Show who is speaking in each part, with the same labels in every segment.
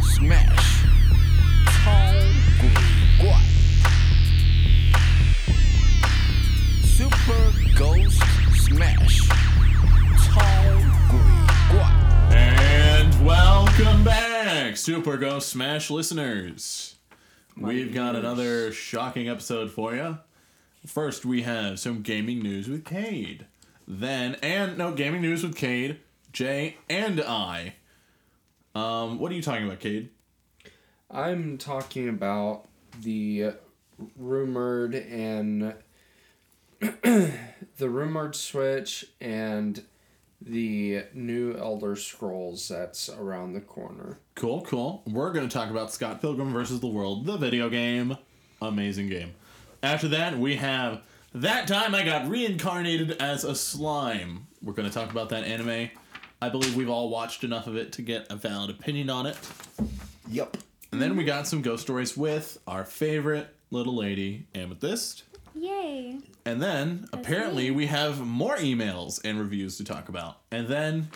Speaker 1: Smash，超鬼怪，Super Ghost Smash，超鬼怪。
Speaker 2: And welcome back, Super Ghost Smash listeners. We've got another shocking episode for you. First, we have some gaming news with Cade. Then, and no, gaming news with Cade, Jay, and I. Um, what are you talking about, Cade?
Speaker 3: I'm talking about the rumored and the rumored Switch and the new Elder Scrolls that's around the corner.
Speaker 2: Cool, cool. We're going to talk about Scott Pilgrim versus the World, the video game. Amazing game. After that, we have That Time I Got Reincarnated as a Slime. We're going to talk about that anime. I believe we've all watched enough of it to get a valid opinion on it.
Speaker 1: Yep.
Speaker 2: And then we got some ghost stories with our favorite little lady, Amethyst.
Speaker 4: Yay.
Speaker 2: And then apparently we have more emails and reviews to talk about. And then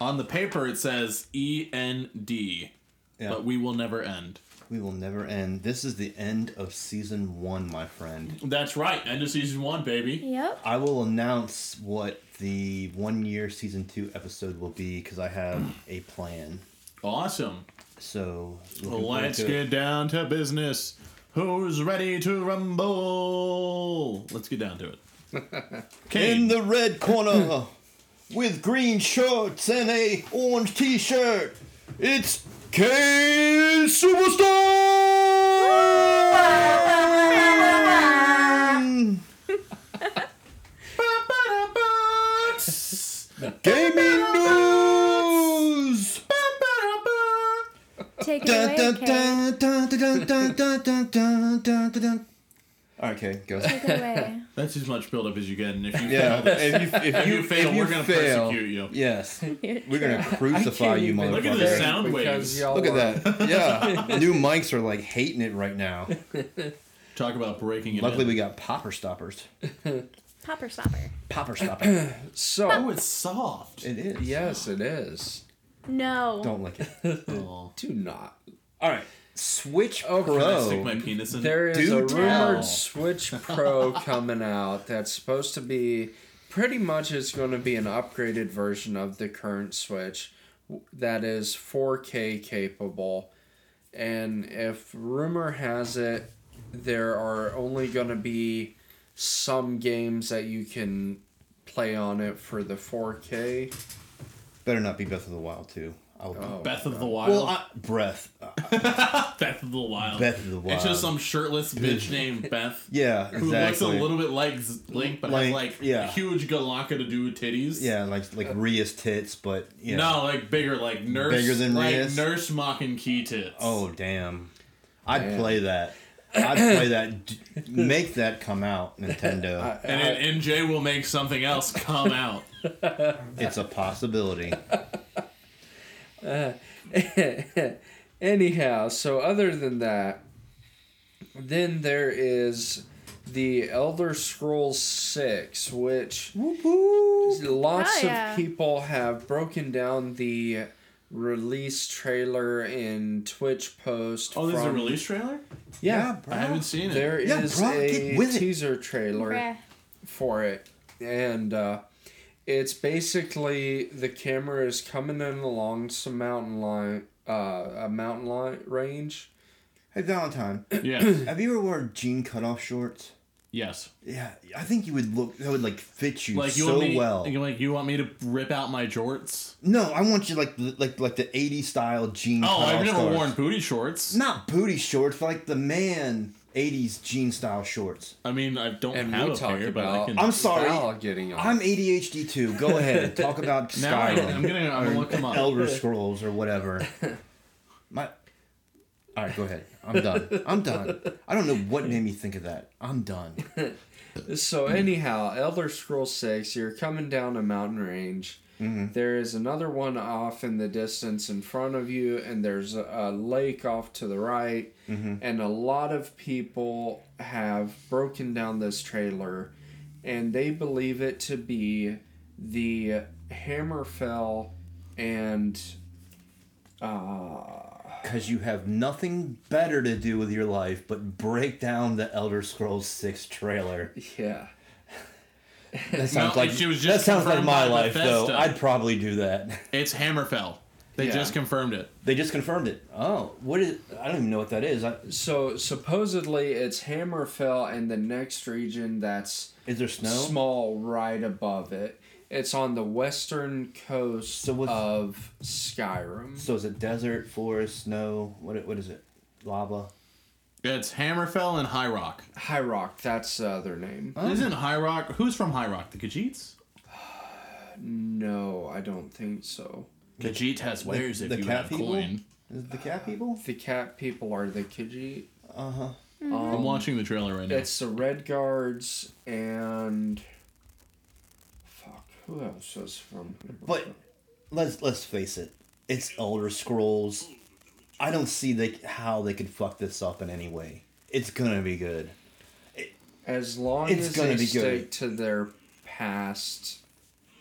Speaker 2: on the paper it says E N D,
Speaker 5: Yeah.
Speaker 2: but we will never end.
Speaker 5: We will never end. This is the end of season one, my friend.
Speaker 2: That's right, end of season one, baby.
Speaker 4: Yep.
Speaker 5: I will announce what the one year season two episode will be because I have a plan.
Speaker 2: Awesome.
Speaker 5: So looking
Speaker 2: Well,
Speaker 5: forward
Speaker 2: let's
Speaker 5: to it.
Speaker 2: get down to business. Who's ready to rumble? Let's get down to it.
Speaker 5: in
Speaker 2: Kane,
Speaker 5: the red corner with green shorts and a orange T-shirt. It's K Superstar. Gaming news.
Speaker 4: Take it
Speaker 5: Dun,
Speaker 4: away,
Speaker 5: dun,
Speaker 4: Kate.
Speaker 5: dun, dun, dun, dun, dun, dun, dun, dun, dun. All right, Kay, go.
Speaker 4: Take it away.
Speaker 2: that's as much buildup as you get, and if you
Speaker 5: Yeah, if you, if
Speaker 2: you fail, we're gonna
Speaker 5: fail,
Speaker 2: persecute you.
Speaker 5: Yes, we're gonna crucify
Speaker 3: can't
Speaker 5: you,
Speaker 3: even-
Speaker 5: motherfucker.
Speaker 2: Look at
Speaker 3: Okay.
Speaker 2: the sound
Speaker 3: Because
Speaker 2: waves.
Speaker 3: y'all
Speaker 5: Look
Speaker 3: are-
Speaker 5: at that. Yeah. New mics are like hating it right now.
Speaker 2: Talk about breaking it.
Speaker 5: Luckily,
Speaker 2: in.
Speaker 5: we got popper stoppers.
Speaker 4: Popper stopper.
Speaker 5: Popper stopper.
Speaker 2: Oh,
Speaker 3: So
Speaker 2: it's soft.
Speaker 5: It is.
Speaker 3: yes, it is.
Speaker 4: No.
Speaker 5: Don't lick it.
Speaker 2: Oh.
Speaker 3: Do not.
Speaker 5: All right. Switch
Speaker 2: Can I
Speaker 5: Pro.
Speaker 2: stick my penis in?
Speaker 3: There is
Speaker 5: Do
Speaker 3: a
Speaker 5: tell.
Speaker 3: rumored Switch Pro coming out that's supposed to be pretty much it's going to be an upgraded version of the current Switch that is 4K capable. And if rumor has it, there are only going to be some games that you can play on it for the 4K.
Speaker 5: Better not be Breath of the Wild too. I will.
Speaker 3: Oh.
Speaker 2: Beth of the Wild.
Speaker 5: well, I, breath. Uh,
Speaker 2: Beth of the Wild.
Speaker 5: Beth of the Wild.
Speaker 2: It's just some shirtless bitch named Beth.
Speaker 5: yeah.
Speaker 2: Who
Speaker 5: Exactly.
Speaker 2: looks a little bit like Z- Link, but has
Speaker 5: Link,
Speaker 2: like
Speaker 5: yeah.
Speaker 2: huge Galaka to do titties.
Speaker 5: yeah, like like Ria's tits, but yeah.
Speaker 2: No, like bigger, like nurse,
Speaker 5: Bigger than
Speaker 2: like
Speaker 5: Reyes?
Speaker 2: nurse mocking key tits.
Speaker 5: Oh damn. I'd
Speaker 3: Man.
Speaker 5: play that. I'd play that. D- Make that come out, Nintendo.
Speaker 2: and then NJ will make something else come out.
Speaker 5: it's a possibility.
Speaker 3: Anyhow, so other than that, then there is the Elder Scrolls 6, which lots
Speaker 4: Oh, yeah.
Speaker 3: of people have broken down the release trailer in Twitch post.
Speaker 2: Oh, there's a
Speaker 3: from-
Speaker 2: release trailer.
Speaker 3: Yeah.
Speaker 2: I haven't seen it.
Speaker 3: there is
Speaker 5: Yeah, bro, get
Speaker 3: a
Speaker 5: with it.
Speaker 3: teaser trailer
Speaker 4: Bruh.
Speaker 3: for it. And uh, it's basically the camera is coming in along some mountain line, uh, a mountain line range.
Speaker 5: Hey Valentine,
Speaker 2: Yes,
Speaker 5: have you ever worn jean cutoff shorts?
Speaker 2: yes.
Speaker 5: Yeah, I think you would look. That would like fit you
Speaker 2: Like you
Speaker 5: so
Speaker 2: want me,
Speaker 5: well.
Speaker 2: you like you want me to rip out my jorts?
Speaker 5: No, I want you like the- like like the '80s style jean.
Speaker 2: Oh,
Speaker 5: cutoff
Speaker 2: I've never
Speaker 5: shorts.
Speaker 2: worn booty shorts.
Speaker 5: Not booty shorts, but like the man '80s jean style shorts.
Speaker 2: I mean, I don't
Speaker 3: And
Speaker 2: have
Speaker 3: we
Speaker 2: a
Speaker 3: talk
Speaker 2: pair, but I
Speaker 3: about-
Speaker 2: can.
Speaker 5: I'm sorry.
Speaker 3: Val getting on.
Speaker 5: I'm ADHD too. Go ahead and talk about
Speaker 2: now I,
Speaker 5: Skyrim,
Speaker 2: I'm gonna I'm gonna look them up.
Speaker 5: Elder Scrolls, or whatever. My. All right, go ahead. I'm done. I'm done. I don't know what made me think of that. I'm done.
Speaker 3: So
Speaker 5: Hmm.
Speaker 3: anyhow, Elder Scrolls Six, you're coming down a mountain range. There is another one off in the distance in front of you, and there's a, a lake off to the right. And a lot of people have broken down this trailer, and they believe it to be the Hammerfell and uh,
Speaker 5: because you have nothing better to do with your life but break down the Elder Scrolls Six trailer.
Speaker 3: Yeah.
Speaker 5: That sounds
Speaker 2: No,
Speaker 5: like
Speaker 2: it was
Speaker 5: that
Speaker 2: just
Speaker 5: sounds like
Speaker 2: confirmed
Speaker 5: my
Speaker 2: by
Speaker 5: life though.
Speaker 2: Bethesda.
Speaker 5: I'd probably do that.
Speaker 2: It's Hammerfell. They
Speaker 3: Yeah.
Speaker 2: just confirmed it.
Speaker 5: They just confirmed it. Oh, what is? I don't even know what that is. I,
Speaker 3: So supposedly it's Hammerfell and the next region that's
Speaker 5: is there snow?
Speaker 3: small right above it. It's on the western coast
Speaker 5: So what's-
Speaker 3: of Skyrim.
Speaker 5: So is it desert, forest, snow? What what is it? Lava.
Speaker 2: It's Hammerfell and High Rock.
Speaker 3: High Rock, that's uh, their name.
Speaker 2: Isn't High Rock? Who's from High Rock? The Khajiits.
Speaker 3: No, I don't think so.
Speaker 2: Khajiit has wares if
Speaker 5: the
Speaker 2: you
Speaker 5: cat
Speaker 2: have
Speaker 5: people?
Speaker 2: coin.
Speaker 5: Is it the cat people?
Speaker 3: The cat people are the Khajiit.
Speaker 5: Uh huh.
Speaker 2: I'm watching the trailer right now.
Speaker 3: It's the Red Guards and fuck, who else was from?
Speaker 5: But let's let's face it, it's Elder Scrolls. I don't see they how they could fuck this up in any way. It's gonna be good.
Speaker 3: as long
Speaker 5: it's
Speaker 3: as
Speaker 5: gonna
Speaker 3: they
Speaker 5: be good.
Speaker 3: stick to their past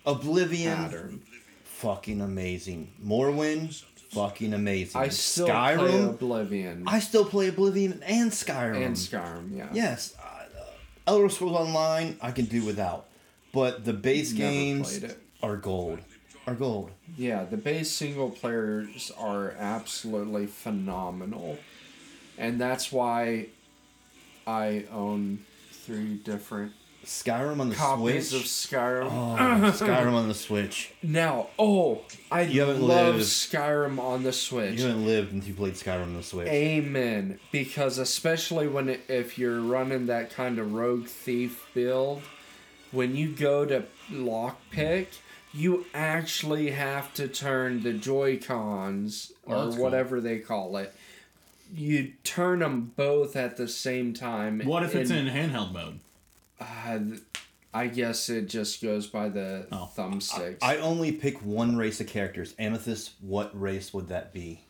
Speaker 5: Oblivion,
Speaker 3: pattern,
Speaker 5: fucking amazing. Morrowind, fucking amazing.
Speaker 3: I still play
Speaker 5: Skyrim.
Speaker 3: Oblivion
Speaker 5: I um, still play Oblivion and Skyrim.
Speaker 3: and Skyrim. Yeah,
Speaker 5: Yes, uh, Elder Scrolls Online I can do without, but the base
Speaker 3: Never
Speaker 5: games
Speaker 3: played it.
Speaker 5: are gold. Are gold.
Speaker 3: yeah. The base single players are absolutely phenomenal, and that's why I own three different
Speaker 5: Skyrim on the
Speaker 3: copies
Speaker 5: Switch.
Speaker 3: of Skyrim.
Speaker 5: Oh, Skyrim on the Switch.
Speaker 3: Now, oh, I
Speaker 5: You haven't
Speaker 3: love
Speaker 5: lived.
Speaker 3: Skyrim on the Switch.
Speaker 5: You haven't lived until you played Skyrim on the Switch.
Speaker 3: Amen. Because especially when it, if you're running that kind of rogue thief build, when you go to lockpick, you actually have to turn the Joy Cons
Speaker 2: Well,
Speaker 3: or
Speaker 2: that's cool.
Speaker 3: whatever they call it. You turn them both at the same time.
Speaker 2: what if it's in handheld mode?
Speaker 3: Uh, th- I guess it just goes by the
Speaker 2: Oh.
Speaker 3: thumbsticks.
Speaker 5: I only pick one race of characters. Amethyst, what race would that be?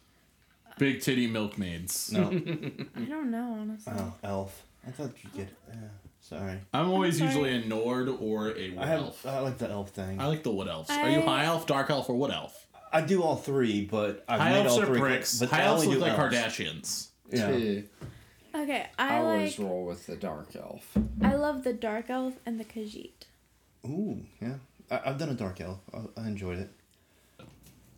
Speaker 2: Big titty milkmaids.
Speaker 5: No.
Speaker 4: I don't know, honestly.
Speaker 5: oh, elf. I thought you did. Yeah, sorry.
Speaker 2: I'm always
Speaker 4: I'm sorry.
Speaker 2: usually a Nord or a wood
Speaker 5: I have. uh,
Speaker 2: elf.
Speaker 5: I like the elf thing.
Speaker 2: I like the wood elves. Are you
Speaker 4: I-
Speaker 2: high elf, dark elf, or wood elf?
Speaker 5: I do all three, but I've
Speaker 2: High
Speaker 5: made
Speaker 2: elves
Speaker 5: all
Speaker 2: are
Speaker 5: three.
Speaker 2: bricks.
Speaker 5: But
Speaker 2: high
Speaker 5: I
Speaker 2: elves
Speaker 5: only
Speaker 2: look
Speaker 5: do
Speaker 2: like
Speaker 5: elves.
Speaker 2: Kardashians.
Speaker 5: Yeah.
Speaker 3: Eh,
Speaker 5: Oh.
Speaker 4: Okay,
Speaker 3: I
Speaker 4: I,
Speaker 3: always
Speaker 4: like.
Speaker 3: roll with the Dark Elf.
Speaker 4: I love the dark elf and the Khajiit.
Speaker 5: Ooh, yeah. I, I've done a dark elf. I, I enjoyed it.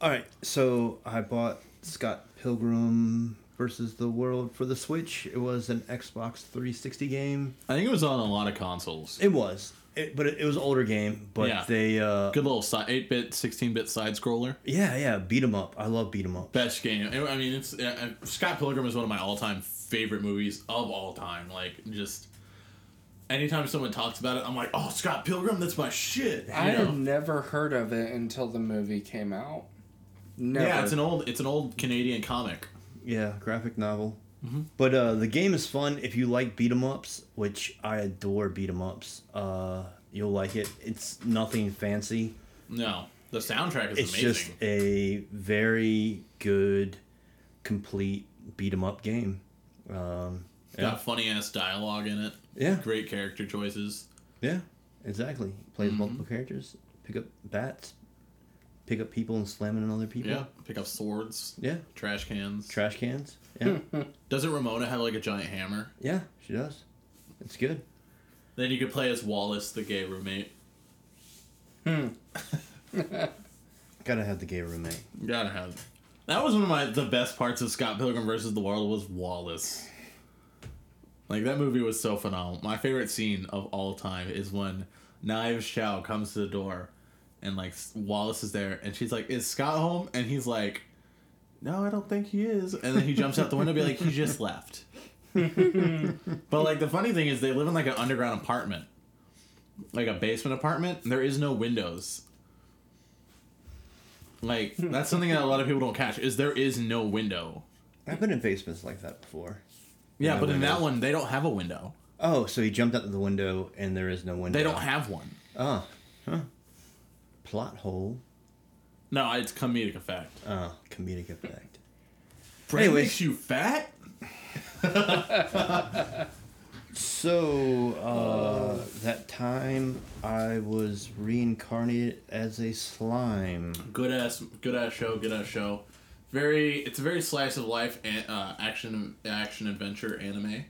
Speaker 5: All right, so I bought Scott Pilgrim versus the World for the Switch. It was an Xbox 360 game.
Speaker 2: I think it was on a lot of consoles.
Speaker 5: It was, it, but it, it was an older game. But
Speaker 2: Yeah.
Speaker 5: they, uh,
Speaker 2: Good little si- 8-bit, 16-bit side scroller.
Speaker 5: yeah, yeah, beat 'em up. I love beat 'em up.
Speaker 2: Best game. I mean, it's uh, uh, Scott Pilgrim is one of my all-time favorite movies of all time. Like just anytime someone talks about it, I'm like, oh, Scott Pilgrim, that's my shit. you
Speaker 3: I
Speaker 2: know?
Speaker 3: had never heard of it until the movie came out. Never.
Speaker 2: yeah, it's an old, it's an old Canadian comic.
Speaker 5: Yeah, graphic novel. But uh, the game is fun if you like beat 'em ups, which I adore beat 'em ups. Uh, you'll like it. It's nothing fancy.
Speaker 2: No, the soundtrack is
Speaker 5: it's
Speaker 2: amazing.
Speaker 5: just a very good, complete beat 'em up game. Um,
Speaker 2: Got funny ass dialogue in it.
Speaker 5: Yeah.
Speaker 2: Great character choices.
Speaker 5: yeah, exactly. Plays multiple characters. Pick up bats. Pick up people and slam it on other people.
Speaker 2: Yeah. Pick up swords.
Speaker 5: Yeah.
Speaker 2: Trash cans.
Speaker 5: Trash cans. Yeah.
Speaker 2: Doesn't Ramona have like a giant hammer?
Speaker 5: yeah, she does. It's good.
Speaker 2: Then you could play as Wallace, the gay roommate.
Speaker 5: Gotta have the gay roommate.
Speaker 2: Gotta have. That was one of my the best parts of Scott Pilgrim versus the World was Wallace. Like that movie was so phenomenal. My favorite scene of all time is when Knives Chow comes to the door, and like Wallace is there, and she's like, "Is Scott home?" And he's like, "No, I don't think he is." And then he jumps out the window, and be like, "He just left." but like the funny thing is, they live in like an underground apartment, like a basement apartment. and there is no windows. Like that's something that a lot of people don't catch is there is no window.
Speaker 5: I've been in basements like that before.
Speaker 2: Yeah,
Speaker 5: No
Speaker 2: but in that
Speaker 5: windows.
Speaker 2: one they don't have a window.
Speaker 5: Oh, so he jumped out of the window and there is no window.
Speaker 2: They don't have one.
Speaker 5: Oh, huh. Plot hole.
Speaker 2: No, it's comedic effect.
Speaker 5: Oh, comedic effect.
Speaker 2: Brad
Speaker 5: Anyways.
Speaker 2: makes you fat.
Speaker 5: So, uh, that time I was reincarnated as a slime.
Speaker 2: Good ass, good ass show, good ass show. very it's a very slice of life an, uh, action action adventure anime.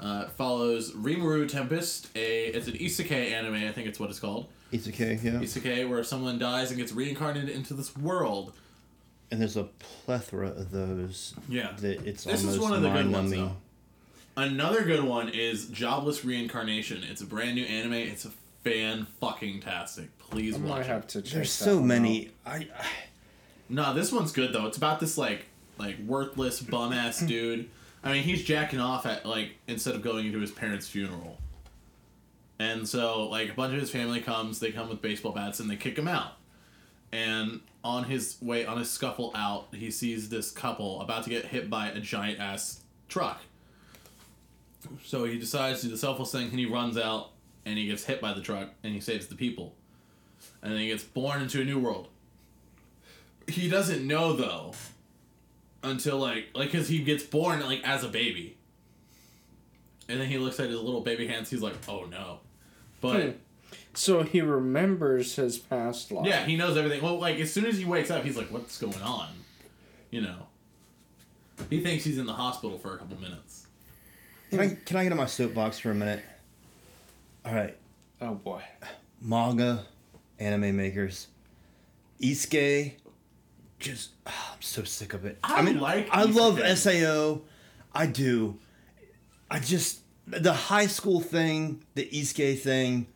Speaker 2: Uh, it follows Rimuru Tempest, a it's an isekai anime, I think it's what it's called.
Speaker 5: Isekai, yeah.
Speaker 2: Isekai where someone dies and gets reincarnated into this world.
Speaker 5: And there's a plethora of those.
Speaker 2: Yeah.
Speaker 5: That it's
Speaker 2: This
Speaker 5: almost
Speaker 2: is one of the good ones
Speaker 5: mind-numbing.
Speaker 2: though. Another good one is Jobless Reincarnation. It's a brand new anime. It's a fan fucking tastic. Please
Speaker 3: I
Speaker 2: watch
Speaker 3: might
Speaker 2: it.
Speaker 3: have to check.
Speaker 5: There's
Speaker 3: that
Speaker 5: so
Speaker 3: one
Speaker 5: many.
Speaker 3: out.
Speaker 5: I, I
Speaker 2: No, this one's good though. It's about this like like worthless bum ass dude. I mean, he's jacking off at like instead of going to his parents' funeral. And so like a bunch of his family comes, they come with baseball bats and they kick him out. And on his way on his scuffle out, he sees this couple about to get hit by a giant ass truck. So he decides to do the selfless thing and he runs out and he gets hit by the truck and he saves the people. And then he gets born into a new world he doesn't know though until like like because he gets born like as a baby and then he looks at his little baby hands he's like oh no but
Speaker 3: So he remembers his past life.
Speaker 2: yeah he knows everything well like as soon as he wakes up he's like what's going on you know he thinks he's in the hospital for a couple minutes
Speaker 5: can, I can I get on my soapbox for a minute? All right.
Speaker 3: Oh boy.
Speaker 5: manga anime makers. Iske, just ah, I'm so sick of it.
Speaker 2: I like
Speaker 5: I love
Speaker 2: isekai.
Speaker 5: Sao. I do. I just the high school thing, the Iske thing.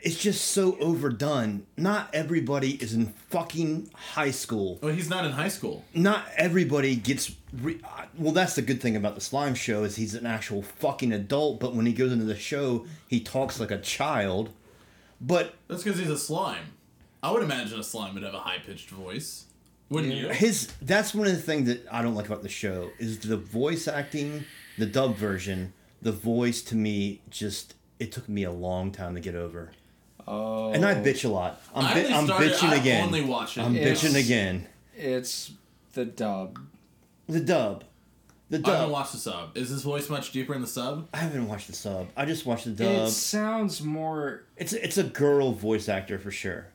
Speaker 5: It's just so overdone. Not everybody is in fucking high school.
Speaker 2: well he's not in high school
Speaker 5: Not everybody gets. Re- uh, well, that's the good thing about the slime show is he's an actual fucking adult. But when he goes into the show, he talks like a child. But
Speaker 2: that's because he's a slime i would imagine a slime would have a high-pitched voice wouldn't you
Speaker 5: his that's one of the things that I don't like about the show is the voice acting, the dub version, the voice to me just it took me a long time to get over.
Speaker 3: Oh.
Speaker 5: And I bitch a lot. I'm,
Speaker 2: I
Speaker 5: bi-
Speaker 2: only
Speaker 5: I'm
Speaker 2: started-
Speaker 5: bitching
Speaker 2: I
Speaker 5: again.
Speaker 2: only watch it.
Speaker 5: I'm
Speaker 3: It's-
Speaker 5: bitching again.
Speaker 3: It's the dub.
Speaker 5: The dub. The
Speaker 2: i haven't
Speaker 5: dub.
Speaker 2: watched the sub is his voice much deeper in the sub
Speaker 5: I haven't watched the sub. I just watched the dub.
Speaker 3: It sounds more.
Speaker 5: It's it's a girl voice actor for sure.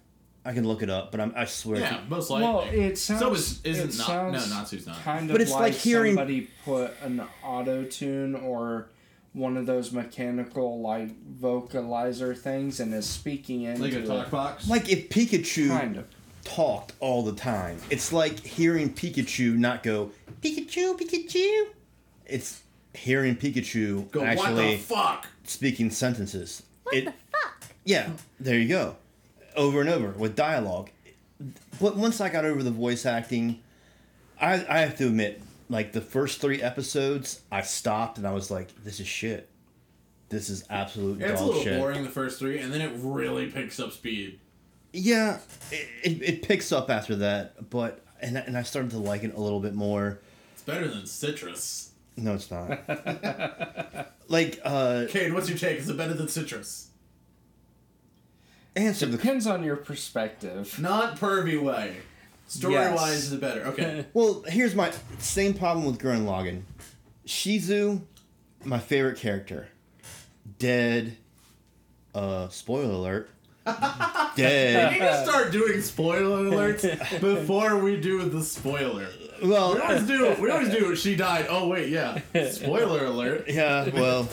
Speaker 5: I can look it up, but I'm, I swear.
Speaker 2: Yeah,
Speaker 5: To,
Speaker 2: most likely.
Speaker 3: Well, it sounds.
Speaker 2: so is
Speaker 3: it
Speaker 2: isn't not no
Speaker 3: sounds
Speaker 2: Natsu's not.
Speaker 3: Kind of
Speaker 5: But it's
Speaker 3: like,
Speaker 5: like hearing-
Speaker 3: somebody put an auto tune or one of those mechanical like vocalizer things and is speaking into
Speaker 2: like a
Speaker 3: it.
Speaker 2: talk box.
Speaker 5: like if Pikachu
Speaker 3: Kind of.
Speaker 5: talked all the time. It's like hearing Pikachu not go Pikachu, Pikachu. It's hearing Pikachu
Speaker 2: Go, what the
Speaker 5: actually
Speaker 2: fuck?
Speaker 5: speaking sentences.
Speaker 4: What
Speaker 5: It-
Speaker 4: the fuck?
Speaker 5: yeah, there you go, over and over with dialogue. But once I got over the voice acting, I, I have to admit, like the first three episodes, I stopped and I was like, "This is shit. This is absolute
Speaker 2: It's a
Speaker 5: dog
Speaker 2: little
Speaker 5: shit."
Speaker 2: boring the first three, and then it really picks up speed.
Speaker 5: yeah it, it, it picks up after that but and, I- and i started to like it a little bit more
Speaker 2: It's better than Citrus.
Speaker 5: no it's not like uh
Speaker 2: Cade, what's your take? Is it better than Citrus?
Speaker 5: answer the
Speaker 3: Depends on your perspective.
Speaker 2: Not pervy way. Story
Speaker 3: Yes.
Speaker 2: wise, is it better? Okay.
Speaker 5: well here's my same problem with gurren lagann shizu my favorite character dead uh spoiler alert
Speaker 2: We
Speaker 5: dead
Speaker 2: need to start doing spoiler alerts before we do the spoiler. We
Speaker 5: well
Speaker 2: always do. We always do. She died. Oh wait, yeah. Spoiler alert.
Speaker 5: yeah well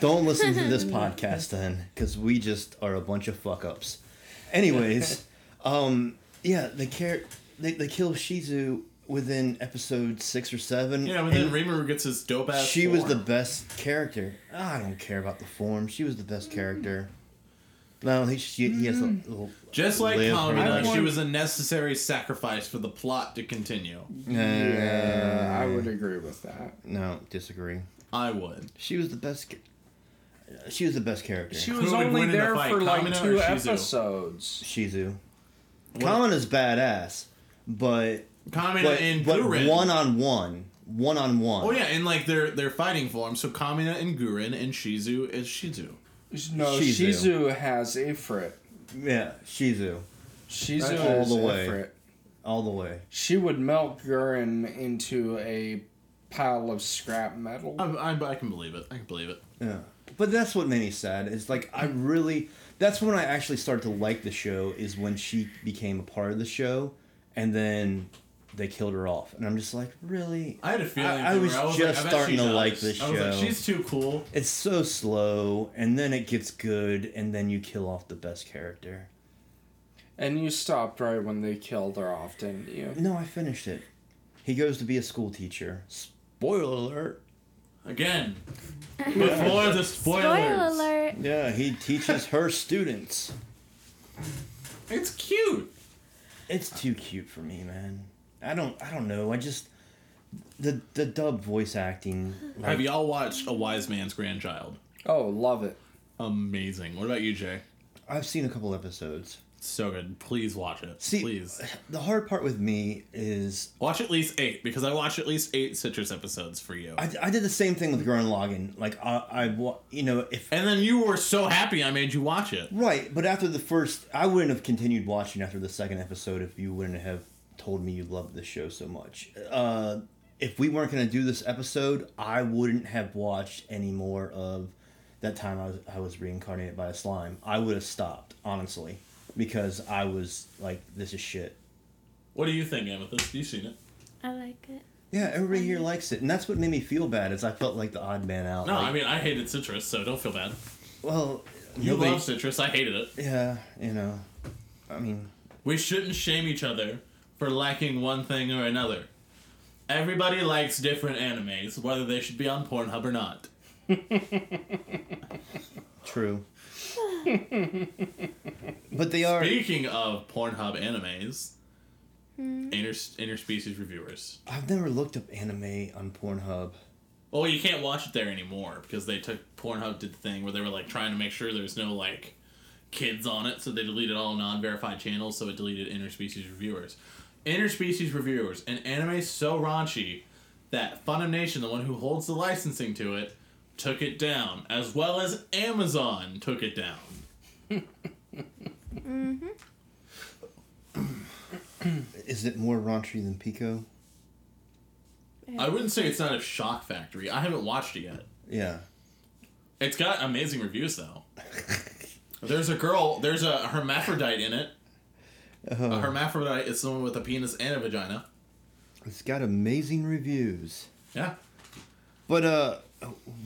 Speaker 5: don't listen to this podcast then because we just are a bunch of fuck ups anyways um yeah they care they, they kill shizu within episode six or seven
Speaker 2: Yeah, but then
Speaker 5: and
Speaker 2: Rimuru gets his dope ass.
Speaker 5: she was the
Speaker 2: form.
Speaker 5: best character i don't care about the form she was the best character no he, she, he has a little
Speaker 2: Just like
Speaker 5: Live
Speaker 2: Kamina,
Speaker 5: her
Speaker 2: she
Speaker 3: life.
Speaker 2: was a necessary sacrifice for the plot to continue.
Speaker 3: Yeah, I would agree with that.
Speaker 5: no disagree
Speaker 2: I would.
Speaker 5: she was the best ca- she was the best character
Speaker 3: She
Speaker 2: Who
Speaker 3: was
Speaker 2: would
Speaker 3: only
Speaker 2: win in a
Speaker 3: there
Speaker 2: fight,
Speaker 3: for like
Speaker 2: Kamina or
Speaker 3: two
Speaker 2: Shizu?
Speaker 3: episodes.
Speaker 5: shizu kamina's badass but
Speaker 2: Kamina
Speaker 5: but,
Speaker 2: and
Speaker 5: but
Speaker 2: Guren.
Speaker 5: one on one, one on one.
Speaker 2: oh yeah, and like they're they're fighting for him. So Kamina and Guren and Shizu is Shizu.
Speaker 3: No,
Speaker 5: Shizu.
Speaker 3: Shizu, has Ifrit.
Speaker 5: yeah, Shizu,
Speaker 3: Shizu
Speaker 5: All
Speaker 3: is
Speaker 5: the way.
Speaker 3: Ifrit.
Speaker 5: all the way.
Speaker 3: She would melt Gurren into a pile of scrap metal.
Speaker 2: I, I, I can believe it. I can believe it.
Speaker 5: Yeah, but that's what made me sad. Is like I really, that's when I actually started to like the show. Is when she became a part of the show, and then they killed her off, and I'm just like, really?
Speaker 2: I had a feeling.
Speaker 5: I, I
Speaker 2: for her.
Speaker 5: was
Speaker 2: like,
Speaker 5: just
Speaker 2: I bet
Speaker 5: starting
Speaker 2: she
Speaker 5: to
Speaker 2: does.
Speaker 5: like this
Speaker 2: I was like,
Speaker 5: show.
Speaker 2: she's too cool.
Speaker 5: It's so slow, and then it gets good, and then you kill off the best character.
Speaker 3: And you stopped right when they killed her off, didn't you?
Speaker 5: No, I finished it. He goes to be a school teacher. Spoiler alert.
Speaker 2: Again. Before the spoilers.
Speaker 4: Spoiler alert.
Speaker 5: Yeah, he teaches her students.
Speaker 2: It's cute.
Speaker 5: It's too cute for me, man. I don't. I don't know. I just the the dub voice acting. Like,
Speaker 2: Have y'all watched A Wise Man's Grandchild?
Speaker 3: Oh, love it.
Speaker 2: Amazing. What about you, Jay?
Speaker 5: I've seen a couple episodes.
Speaker 2: So good. Please watch it.
Speaker 5: See,
Speaker 2: Please.
Speaker 5: the hard part with me is
Speaker 2: Watch at least eight because I watch at least eight Citrus episodes for you.
Speaker 5: I, I did the same thing with Gurren Lagann. Like I, I wa- you know if
Speaker 2: and then you were so happy I made you watch it.
Speaker 5: right, but after the first, I wouldn't have continued watching after the second episode if you wouldn't have told me you loved the show so much. Uh, if we weren't gonna do this episode, I wouldn't have watched any more of that time I was I was reincarnated by a slime. I would have stopped honestly because I was like, this is shit.
Speaker 2: What do you think, Amethyst? You seen it?
Speaker 4: I like it.
Speaker 5: Yeah, everybody here likes it, and that's what made me feel bad. Is I felt like the odd man out.
Speaker 2: No,
Speaker 5: like,
Speaker 2: I mean I hated Citrus, so don't feel bad.
Speaker 5: well,
Speaker 2: You
Speaker 5: nobody-
Speaker 2: love Citrus. I hated it.
Speaker 5: Yeah, you know, I mean,
Speaker 2: We shouldn't shame each other for lacking one thing or another. Everybody likes different animes, whether they should be on Pornhub or not.
Speaker 5: true. but they are.
Speaker 2: Speaking of Pornhub animes, inter- interspecies reviewers.
Speaker 5: I've never looked up anime on Pornhub.
Speaker 2: Well, you can't watch it there anymore because they took Pornhub did the thing where they were like trying to make sure there's no like kids on it, so they deleted all non-verified channels, so it deleted interspecies reviewers. Interspecies reviewers, an anime so raunchy that Funimation, the one who holds the licensing to it, took it down, as well as Amazon took it down.
Speaker 5: Is it more raunchy than Pico?
Speaker 2: I wouldn't say it's not a shock factory. I haven't watched it yet.
Speaker 5: Yeah.
Speaker 2: It's got amazing reviews though. There's a girl. There's a hermaphrodite in it.
Speaker 5: Uh-huh.
Speaker 2: A hermaphrodite is someone with a penis and a vagina.
Speaker 5: It's got amazing reviews.
Speaker 2: Yeah.
Speaker 5: But uh,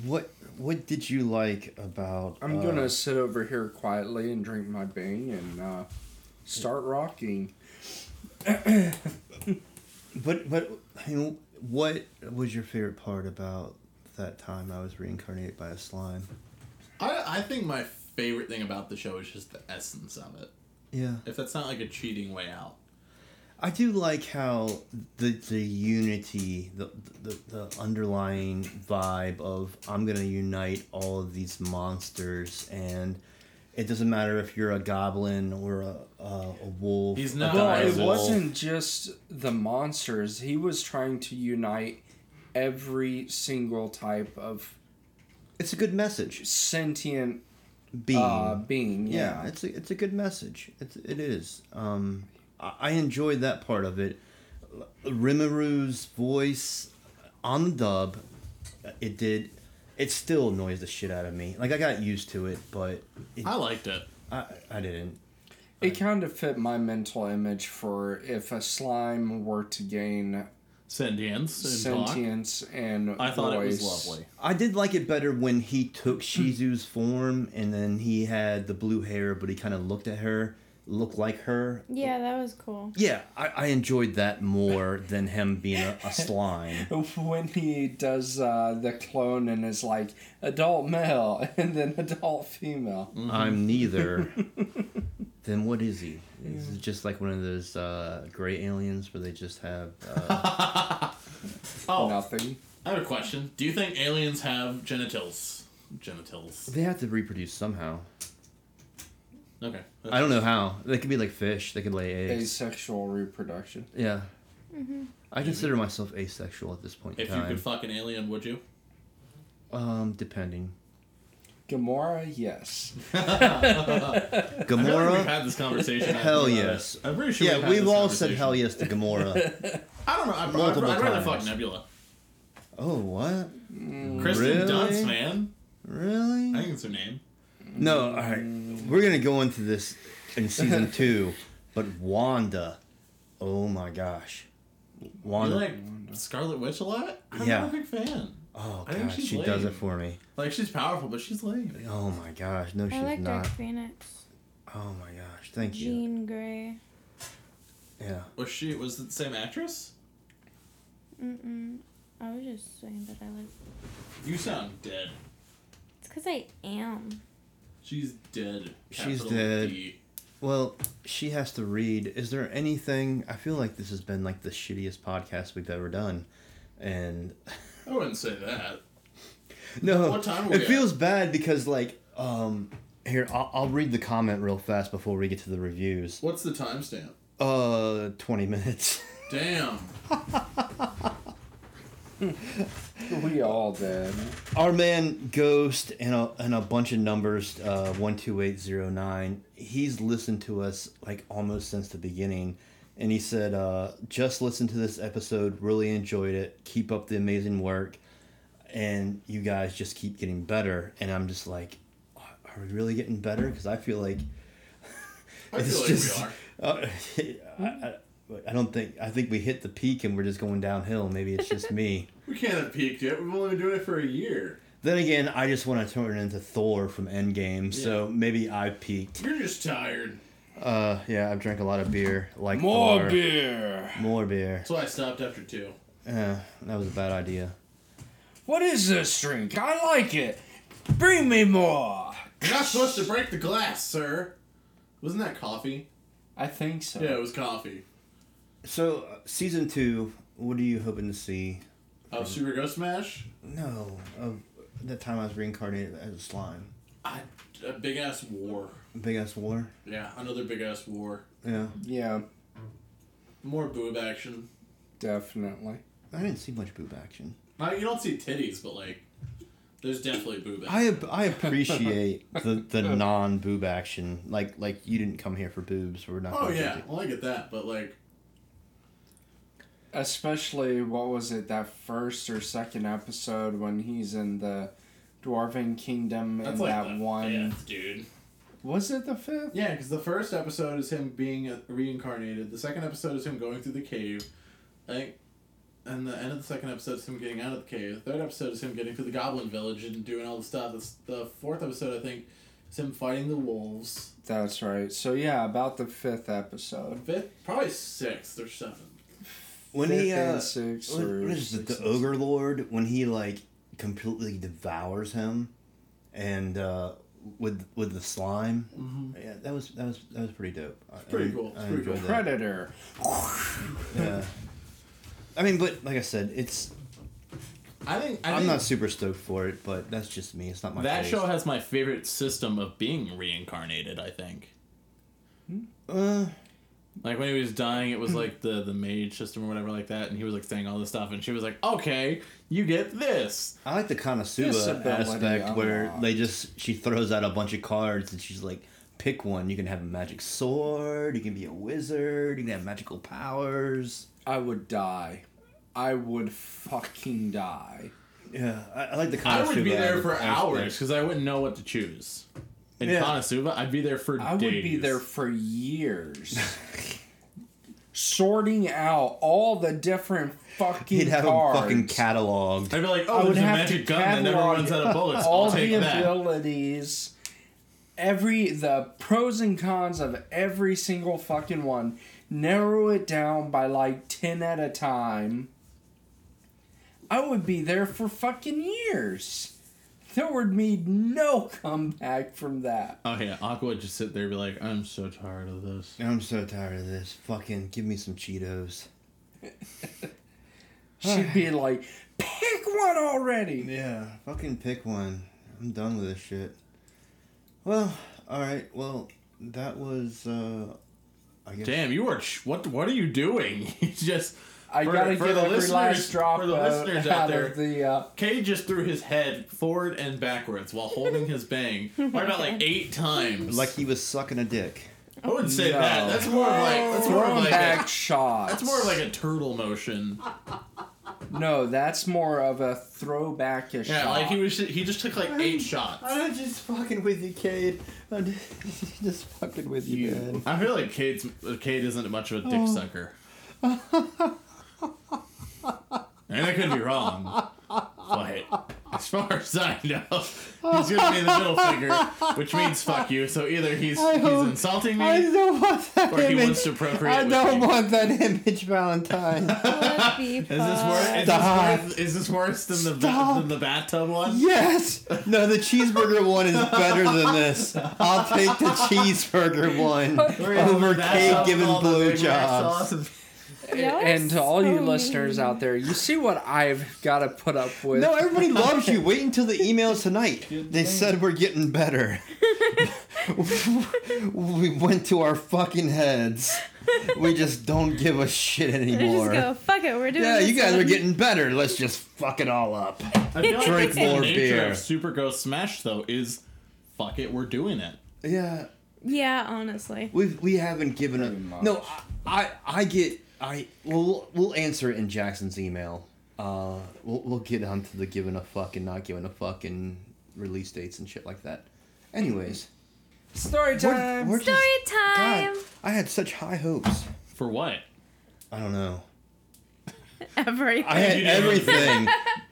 Speaker 5: what what did you like about?
Speaker 3: I'm
Speaker 5: uh,
Speaker 3: gonna sit over here quietly and drink my bang and uh, start rocking.
Speaker 5: But but I mean, what was your favorite part about that time I was reincarnated by a slime?
Speaker 2: I I think my favorite thing about the show is just the essence of it.
Speaker 5: Yeah.
Speaker 2: If that's not like a cheating way out.
Speaker 5: I do like how the the unity, the the, the underlying vibe of I'm gonna unite all of these monsters, and it doesn't matter if you're a goblin or a a, a wolf.
Speaker 2: He's
Speaker 5: a
Speaker 2: not-
Speaker 3: Well,
Speaker 2: Dire
Speaker 3: it
Speaker 5: dire wolf.
Speaker 3: wasn't just the monsters. He was trying to unite every single type of
Speaker 5: It's a good message.
Speaker 3: sentient
Speaker 5: Being.
Speaker 3: uh, being.
Speaker 5: yeah,
Speaker 3: Yeah.
Speaker 5: it's a it's a good message. It's it is. Um, I, I enjoyed that part of it. Rimmeru's voice on the dub, it did. It still annoys the shit out of me. Like I got used to it, but it,
Speaker 2: I liked it.
Speaker 5: I, I didn't.
Speaker 3: It kind of fit my mental image for if a slime were to gain
Speaker 2: Sentience and talk.
Speaker 3: sentience and
Speaker 2: I thought it
Speaker 3: voice.
Speaker 2: was lovely.
Speaker 5: I did like it better when he took Shizu's form and then he had the blue hair, but he kind of looked at her, looked like her.
Speaker 4: Yeah, that was cool.
Speaker 5: Yeah, I, I enjoyed that more than him being a, a slime.
Speaker 3: when he does uh, the clone and is like adult male and then adult female.
Speaker 2: Mm-hmm.
Speaker 5: I'm neither. then what is he? Is it just like one of those uh, gray aliens where they just have? Uh,
Speaker 2: Oh,
Speaker 3: Nothing.
Speaker 2: I have a question. Do you think aliens have genitals? Genitals.
Speaker 5: they have to reproduce somehow.
Speaker 2: Okay.
Speaker 5: I don't know how. They could be like fish. They could lay eggs.
Speaker 3: Asexual reproduction.
Speaker 5: Yeah. I consider myself asexual at this point in
Speaker 2: If you
Speaker 5: time.
Speaker 2: could fuck an alien, would you?
Speaker 5: um, depending.
Speaker 3: Gamora, yes.
Speaker 2: I feel like we've
Speaker 5: Gamora.
Speaker 2: had this conversation.
Speaker 5: Hell
Speaker 2: I've-
Speaker 5: yes.
Speaker 2: I'm pretty sure.
Speaker 5: Yeah,
Speaker 2: had
Speaker 5: we've
Speaker 2: this
Speaker 5: all
Speaker 2: conversation.
Speaker 5: said hell yes to Gamora.
Speaker 2: I don't know. I'd, I'd,
Speaker 5: Multiple
Speaker 2: I'd rather
Speaker 5: times.
Speaker 2: fuck Nebula.
Speaker 5: oh what?
Speaker 2: Kristen
Speaker 5: Really?
Speaker 2: Dunst, man. I Mm.
Speaker 5: Really?
Speaker 2: think it's her name.
Speaker 5: No. All right. We're gonna go into this in season two, but Wanda. Oh my gosh. Wanda.
Speaker 2: You like Scarlet Witch a lot? I'm
Speaker 5: Yeah.
Speaker 2: not a big fan.
Speaker 5: oh
Speaker 2: I think
Speaker 5: gosh,
Speaker 2: she's
Speaker 5: she does
Speaker 2: lame.
Speaker 5: it for me.
Speaker 2: Like she's powerful, but she's lame.
Speaker 5: Oh my gosh, no,
Speaker 4: I
Speaker 5: she's
Speaker 4: like
Speaker 5: not.
Speaker 4: Dark Phoenix.
Speaker 5: Oh my gosh, thank you.
Speaker 4: Jean Grey.
Speaker 5: Yeah.
Speaker 2: Was she was it the same actress?
Speaker 4: Mm-mm. I was just saying that I like.
Speaker 2: You sound dead.
Speaker 4: It's because I am.
Speaker 2: She's dead.
Speaker 5: She's
Speaker 2: Capital
Speaker 5: dead.
Speaker 2: D.
Speaker 5: Well, she has to read. Is there anything? I feel like this has been like the shittiest podcast we've ever done, and
Speaker 2: I wouldn't say that.
Speaker 5: no,
Speaker 2: What time are
Speaker 5: it
Speaker 2: we at?
Speaker 5: feels bad because like um here I'll, I'll read the comment real fast before we get to the reviews.
Speaker 2: What's the timestamp?
Speaker 5: Uh, twenty minutes.
Speaker 2: Damn.
Speaker 3: We all did.
Speaker 5: Our man Ghost and a, and a bunch of numbers, uh, 12809, he's listened to us like almost since the beginning. And he said, uh, just listened to this episode, really enjoyed it. Keep up the amazing work. And you guys just keep getting better. And I'm just like, are we really getting better? Because I feel like
Speaker 2: I
Speaker 5: it's
Speaker 2: feel like
Speaker 5: just.
Speaker 2: we are.
Speaker 5: uh, I, I, I don't think, I think we hit the peak and we're just going downhill. Maybe it's just me.
Speaker 2: We can't have peaked yet. We've only been doing it for a year.
Speaker 5: Then again, I just want to turn into Thor from Endgame, so maybe I peaked.
Speaker 2: You're just tired.
Speaker 5: Uh, yeah, I've drank a lot of beer, like Thor.
Speaker 3: beer.
Speaker 5: more beer.
Speaker 2: That's why I stopped after two.
Speaker 5: Uh, that was a bad idea.
Speaker 3: What is this drink? I like it. Bring me more.
Speaker 2: You're not supposed to break the glass, sir. Wasn't that coffee?
Speaker 3: I think so.
Speaker 2: Yeah, it was coffee.
Speaker 5: So, uh, season two, what are you hoping to see?
Speaker 2: Of Super Ghost Smash?
Speaker 5: No, of the time I was reincarnated as a slime,
Speaker 2: I, a big ass war.
Speaker 5: big ass war.
Speaker 2: Yeah, another big ass war.
Speaker 5: Yeah,
Speaker 3: Yeah,
Speaker 2: More boob action.
Speaker 3: definitely.
Speaker 5: I didn't see much boob action.
Speaker 2: Not, you don't see titties, but like, there's definitely boob action.
Speaker 5: I ap- I appreciate the, the non boob action. Like like you didn't come here for boobs. We're not.
Speaker 2: oh,
Speaker 5: gonna
Speaker 2: yeah.
Speaker 5: do-
Speaker 2: Well, I get that, but like,
Speaker 3: Especially what was it that first or second episode when he's in the dwarven kingdom
Speaker 2: that's
Speaker 3: and
Speaker 2: like
Speaker 3: that
Speaker 2: the
Speaker 3: one
Speaker 2: fifth, dude.
Speaker 3: was it the fifth?
Speaker 2: Yeah, because the first episode is him being reincarnated. The second episode is him going through the cave. I think, and the end of the second episode is him getting out of the cave. The third episode is him getting to the goblin village and doing all the stuff. This, the fourth episode, I think, is him fighting the wolves.
Speaker 3: That's right. So yeah, about the fifth episode.
Speaker 2: Fifth, probably sixth or seventh.
Speaker 5: When
Speaker 3: fifth
Speaker 5: he uh,
Speaker 3: and sixth
Speaker 5: What-
Speaker 3: or
Speaker 5: what is it,
Speaker 3: sixth
Speaker 5: the
Speaker 3: and-
Speaker 5: ogre lord when he like completely devours him, and uh, with with the slime.
Speaker 2: Mhm.
Speaker 5: Yeah, that was that was that was pretty dope. I-
Speaker 2: pretty
Speaker 5: I,
Speaker 2: cool. It's
Speaker 5: I
Speaker 2: pretty
Speaker 5: enjoyed
Speaker 2: cool.
Speaker 5: that.
Speaker 3: Predator.
Speaker 5: Yeah. I mean, but like I said, it's
Speaker 2: I think I
Speaker 5: I'm
Speaker 2: think
Speaker 5: not super stoked for it, but that's just me. It's not my
Speaker 2: that
Speaker 5: taste.
Speaker 2: show has my favorite system of being reincarnated. I think.
Speaker 5: Uh,
Speaker 2: Like when he was dying, it was like the the mage system or whatever like that, and he was like saying all this stuff, and she was like, "Okay, you get this."
Speaker 5: I like the Konosuba
Speaker 3: Disability
Speaker 5: aspect where
Speaker 3: unlocked.
Speaker 5: they just she throws out a bunch of cards and she's like, pick one. You can have a magic sword. You can be a wizard. You can have magical powers.
Speaker 3: I would die. I would fucking die.
Speaker 5: Yeah, I, I like the Konosuba.
Speaker 2: I would be there for
Speaker 5: aspect.
Speaker 2: hours because I wouldn't know what to choose. In
Speaker 5: Yeah.
Speaker 2: Konosuba, I'd be there for
Speaker 3: I
Speaker 2: days.
Speaker 3: would be there for years. sorting out all the different fucking
Speaker 5: He'd have
Speaker 3: cards.
Speaker 5: him fucking cataloged.
Speaker 2: I'd be like,
Speaker 3: I
Speaker 2: oh,
Speaker 3: would
Speaker 2: there's a
Speaker 3: have
Speaker 2: magic
Speaker 3: to
Speaker 2: gun that never
Speaker 3: catalog
Speaker 2: runs out of bullets.
Speaker 3: all
Speaker 2: I'll take
Speaker 3: the
Speaker 2: that.
Speaker 3: abilities, every the pros and cons of every single fucking one. Narrow it down by like ten at a time. I would be there for fucking years. There would be no comeback from that.
Speaker 2: Oh yeah, Aqua would just sit there and be like, I'm so tired of this.
Speaker 5: I'm so tired of this. Fucking give me some Cheetos.
Speaker 3: She'd be like, pick one already.
Speaker 5: Yeah, fucking pick one. I'm done with this shit. Well, alright, well, that was, uh, I guess.
Speaker 2: Damn, you are sh- what? What are you doing? You just
Speaker 3: I
Speaker 2: For-
Speaker 3: gotta
Speaker 2: for
Speaker 3: give
Speaker 2: the
Speaker 3: every
Speaker 2: listeners-
Speaker 3: last drop
Speaker 2: for the
Speaker 3: uh,
Speaker 2: listeners out
Speaker 3: out,
Speaker 2: there.
Speaker 3: of the. Uh,
Speaker 2: Kay just threw his head forward and backwards while holding his bang. Probably about like eight times.
Speaker 5: Like he was sucking a dick.
Speaker 2: I wouldn't say
Speaker 3: No.
Speaker 2: that. That's more of like that's more of like
Speaker 3: throwback
Speaker 2: a,
Speaker 3: shots.
Speaker 2: that's more of like a turtle motion.
Speaker 3: No, that's more of a throwback ish.
Speaker 2: Yeah, like he was he just took like eight shots.
Speaker 5: I'm just fucking with you, Cade. I'm just, just fucking with you, man. Oh.
Speaker 2: I feel like Cade's uh, Cade isn't much of a dick sucker. And I could be wrong, but as far as I know, he's gonna be the middle figure, which means fuck you. So either he's he's
Speaker 5: hope-
Speaker 2: insulting me,
Speaker 5: I don't want that
Speaker 2: or he
Speaker 5: image.
Speaker 2: wants to procreate.
Speaker 5: I
Speaker 2: with
Speaker 5: don't
Speaker 2: me.
Speaker 5: want that image, Valentine.
Speaker 4: Would be
Speaker 2: Is this worse? Is
Speaker 5: Stop.
Speaker 2: this worse, is this worse than the ba-
Speaker 5: Stop.
Speaker 2: than the bathtub one?
Speaker 5: yes. No, the cheeseburger one is better than this. I'll take the cheeseburger one
Speaker 2: Where is
Speaker 5: over
Speaker 2: the bathtub
Speaker 5: cake giving
Speaker 2: with all the Big Mac sauce
Speaker 5: blowjobs.
Speaker 2: and-
Speaker 4: Y'all are
Speaker 3: and to all you
Speaker 4: so
Speaker 3: listeners
Speaker 4: mean.
Speaker 3: out there, you see what I've got to put up with.
Speaker 5: No, everybody loves you. Wait until the emails tonight. They said we're getting better. we went to our fucking heads. We just don't give a shit
Speaker 4: They just go
Speaker 5: anymore.
Speaker 4: fuck it. We're doing.
Speaker 5: Yeah, you
Speaker 4: this
Speaker 5: guys are
Speaker 4: one."
Speaker 5: getting better. Let's just fuck it all up.
Speaker 2: I feel like
Speaker 5: Drink
Speaker 2: that's the
Speaker 5: more
Speaker 2: nature
Speaker 5: beer.
Speaker 2: Of Super Ghost Smash though is, fuck it, we're doing it.
Speaker 5: Yeah.
Speaker 4: Yeah, honestly.
Speaker 5: We've we haven't given
Speaker 6: Pretty much.
Speaker 5: up. No, I, I I get I we'll we'll answer it in Jackson's email. Uh, we'll we'll get onto the giving a fuck and not giving a fuck and release dates and shit like that. Anyways,
Speaker 3: Story
Speaker 5: we're,
Speaker 3: time.
Speaker 5: we're
Speaker 4: Story
Speaker 5: just,
Speaker 4: time.
Speaker 5: God, I had such high hopes.
Speaker 2: For what?
Speaker 5: I don't know.
Speaker 4: Everything.
Speaker 5: I had
Speaker 2: You didn't.
Speaker 5: everything.